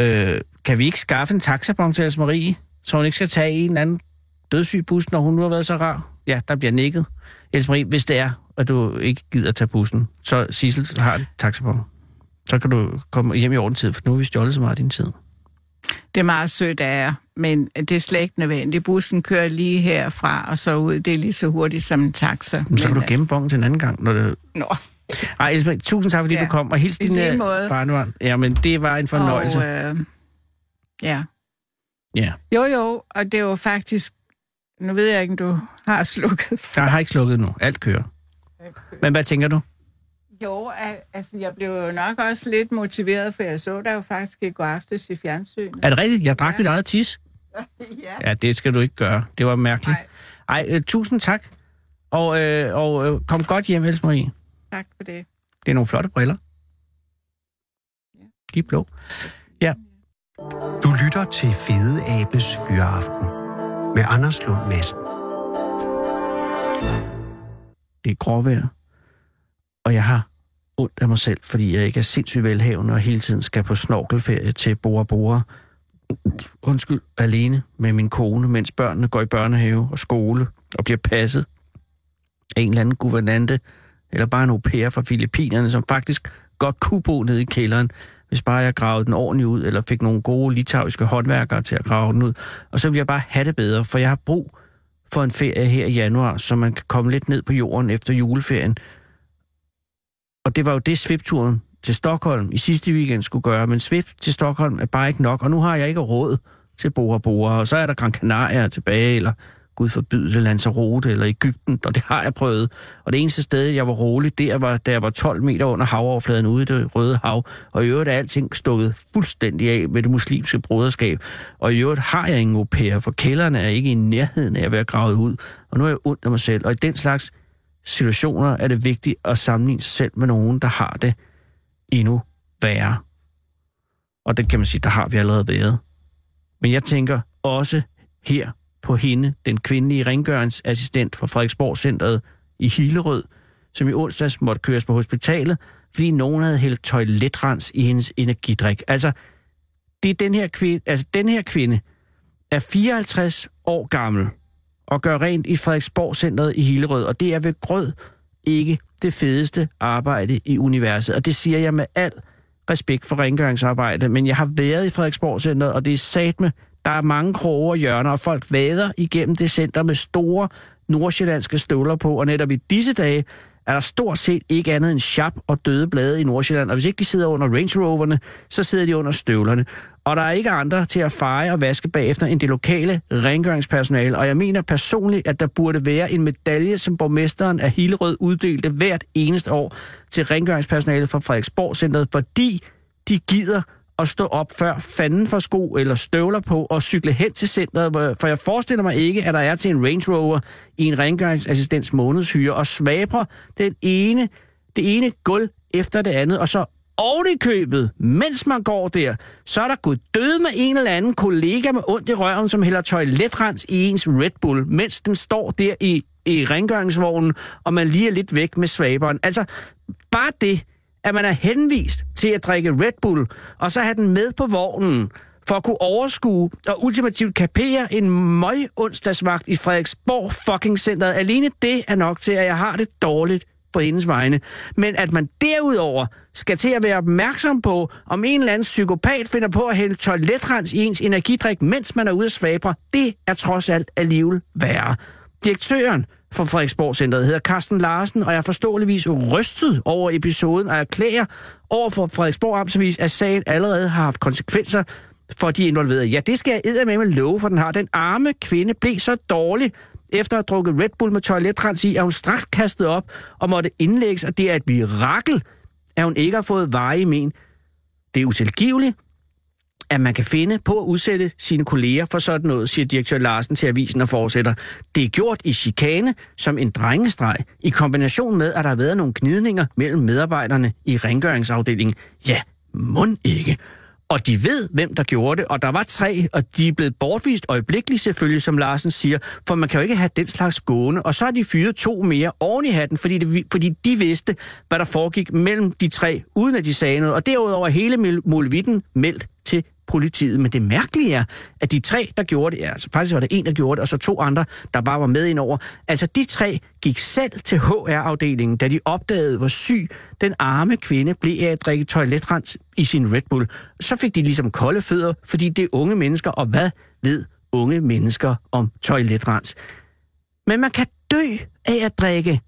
C: øh, kan vi ikke skaffe en taxabon til Else Marie, så hun ikke skal tage en eller anden dødssyg bus, når hun nu har været så rar? Ja, der bliver nikket. Else Marie, hvis det er, at du ikke gider tage bussen, så Sissel har en taxabon. Så kan du komme hjem i orden tid, for nu har vi stjålet så meget af din tid.
F: det er meget sødt af jer, men det er slet ikke nødvendigt. Bussen kører lige herfra og så ud. Det er lige så hurtigt som en taxa.
C: Men så kan
F: Men,
C: du gemme bongen til en anden gang, når det,
F: øh, Nå.
C: Ej, Elisabeth, tusind tak, fordi ja.
F: Ja,
C: du kom. Og hils
F: i
C: din
F: lige
C: øh,
F: måde.
C: barnebarn. Jamen, det var en fornøjelse. Og, øh...
F: Og, øh, ja.
C: Ja.
F: Jo, jo, og det var faktisk... Nu ved jeg ikke, om du har slukket. for-
C: Jeg har ikke slukket nu. Alt kører. Men hvad tænker du?
F: Jo, al- altså jeg blev jo nok også lidt motiveret, for jeg så dig jo faktisk i går aftes i fjernsynet.
C: Er det rigtigt? Jeg drak ja. mit eget tis.
F: ja.
C: Ja, det skal du ikke gøre. Det var mærkeligt. Ej, øh, tusind tak. Og, øh, og øh, kom godt hjem, Else Marie.
F: Tak for det.
C: Det er nogle flotte briller. De er blå.
E: Du lytter til Fede Abes Fyraften med Anders Lund Madsen.
C: det er gråvejr, og jeg har ondt af mig selv, fordi jeg ikke er sindssygt velhavende og hele tiden skal på snorkelferie til Bora Bora undskyld, alene med min kone, mens børnene går i børnehave og skole og bliver passet af en eller anden guvernante, eller bare en au pair fra Filippinerne, som faktisk godt kunne bo nede i kælderen, hvis bare jeg gravede den ordentligt ud, eller fik nogle gode litauiske håndværkere til at grave den ud. Og så vil jeg bare have det bedre, for jeg har brug for en ferie her i januar, så man kan komme lidt ned på jorden efter juleferien. Og det var jo det svipturen til Stockholm i sidste weekend skulle gøre, men svip til Stockholm er bare ikke nok, og nu har jeg ikke råd til Bora Bora, og så er der Gran Canaria tilbage, eller Gud forbyde det, Lanzarote eller Ægypten, og det har jeg prøvet. Og det eneste sted, jeg var rolig, det var, da jeg var 12 meter under havoverfladen ude i det røde hav, og i øvrigt er alting stukket fuldstændig af med det muslimske broderskab. Og i øvrigt har jeg ingen au pair, for kælderne er ikke i nærheden af at være gravet ud, og nu er jeg ondt af mig selv. Og i den slags situationer er det vigtigt at sammenligne sig selv med nogen, der har det endnu værre. Og det kan man sige, der har vi allerede været. Men jeg tænker også her på hende, den kvindelige rengøringsassistent fra Frederiksborg Centret i Hillerød, som i onsdags måtte køres på hospitalet, fordi nogen havde hældt toiletrens i hendes energidrik. Altså, det er den her kvinde, altså, den her kvinde er 54 år gammel og gør rent i Frederiksborg Centret i Hillerød, og det er ved grød ikke det fedeste arbejde i universet. Og det siger jeg med al respekt for rengøringsarbejde, men jeg har været i Frederiksborg Centret, og det er sat med, der er mange kroge og hjørner, og folk vader igennem det center med store nordsjællandske støvler på, og netop i disse dage er der stort set ikke andet end sharp og døde blade i Nordsjælland, og hvis ikke de sidder under Range Roverne, så sidder de under støvlerne. Og der er ikke andre til at feje og vaske bagefter end det lokale rengøringspersonale, og jeg mener personligt, at der burde være en medalje, som borgmesteren af Hillerød uddelte hvert eneste år til rengøringspersonale fra Frederiksborg Centret, fordi de gider at stå op før fanden for sko eller støvler på og cykle hen til centret, hvor- for jeg forestiller mig ikke, at der er til en Range Rover i en rengøringsassistents månedshyre og svabrer den ene, det ene gulv efter det andet, og så oven i købet, mens man går der, så er der gået død med en eller anden kollega med ondt i røven, som hælder toiletrens i ens Red Bull, mens den står der i, i rengøringsvognen, og man lige er lidt væk med svaberen. Altså, bare det, at man er henvist til at drikke Red Bull, og så have den med på vognen, for at kunne overskue og ultimativt kapere en møg onsdagsvagt i Frederiksborg fucking centret. Alene det er nok til, at jeg har det dårligt på hendes vegne. Men at man derudover skal til at være opmærksom på, om en eller anden psykopat finder på at hælde toiletrens i ens energidrik, mens man er ude at svabre, det er trods alt alligevel værre. Direktøren for Frederiksborg Centret hedder Carsten Larsen, og jeg er forståeligvis rystet over episoden og erklærer over for Frederiksborg Amtsavis, at sagen allerede har haft konsekvenser for de involverede. Ja, det skal jeg med love, for den har. Den arme kvinde blev så dårlig, efter at have drukket Red Bull med toiletrens i, at hun straks kastet op og måtte indlægges, og det er et mirakel, at hun ikke har fået veje i men. Det er utilgiveligt, at man kan finde på at udsætte sine kolleger for sådan noget, siger direktør Larsen til avisen og fortsætter. Det er gjort i chikane som en drengestreg, i kombination med, at der har været nogle gnidninger mellem medarbejderne i rengøringsafdelingen. Ja, mund ikke. Og de ved, hvem der gjorde det, og der var tre, og de er blevet bortvist øjeblikkeligt selvfølgelig, som Larsen siger, for man kan jo ikke have den slags gående. Og så har de fyret to mere oven i hatten, fordi, det, fordi de vidste, hvad der foregik mellem de tre, uden at de sagde noget. Og derudover er hele Molvitten meldt til politiet. Men det mærkelige er, at de tre, der gjorde det, altså faktisk var det en, der gjorde det, og så to andre, der bare var med indover, altså de tre gik selv til HR-afdelingen, da de opdagede, hvor syg den arme kvinde blev af at drikke toiletrens i sin Red Bull. Så fik de ligesom kolde fødder, fordi det er unge mennesker, og hvad ved unge mennesker om toiletrens? Men man kan dø af at drikke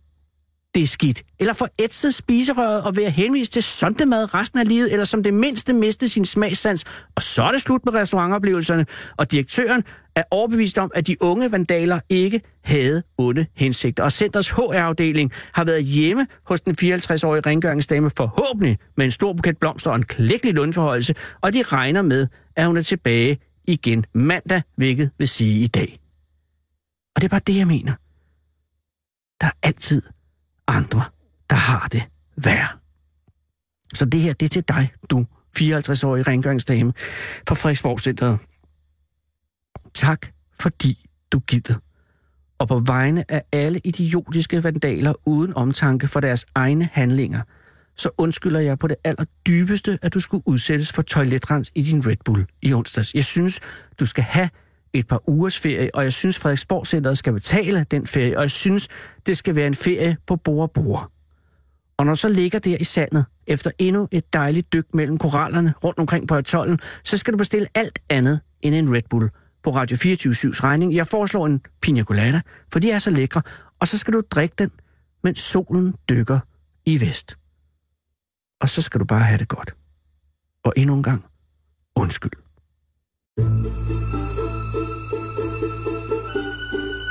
C: det er skidt. Eller få ætset spiserøret og være henvist til sondemad resten af livet, eller som det mindste miste sin smagssans. Og så er det slut med restaurantoplevelserne. Og direktøren er overbevist om, at de unge vandaler ikke havde onde hensigter. Og centrets HR-afdeling har været hjemme hos den 54-årige rengøringsdame forhåbentlig med en stor buket blomster og en klækkelig lønforhøjelse, og de regner med, at hun er tilbage igen mandag, hvilket vil sige i dag. Og det er bare det, jeg mener. Der er altid andre, der har det værre. Så det her, det er til dig, du 54-årige rengøringsdame fra Frederiksborg Centeret. Tak, fordi du gider. Og på vegne af alle idiotiske vandaler uden omtanke for deres egne handlinger, så undskylder jeg på det allerdybeste, at du skulle udsættes for toiletrens i din Red Bull i onsdags. Jeg synes, du skal have et par ugers ferie, og jeg synes, Frederiksborg Centeret skal betale den ferie, og jeg synes, det skal være en ferie på bord og bord. Og når du så ligger der i sandet, efter endnu et dejligt dyk mellem korallerne rundt omkring på atollen, så skal du bestille alt andet end en Red Bull på Radio 24-7's regning. Jeg foreslår en pina colada, for de er så lækre, og så skal du drikke den, mens solen dykker i vest. Og så skal du bare have det godt. Og endnu en gang, undskyld.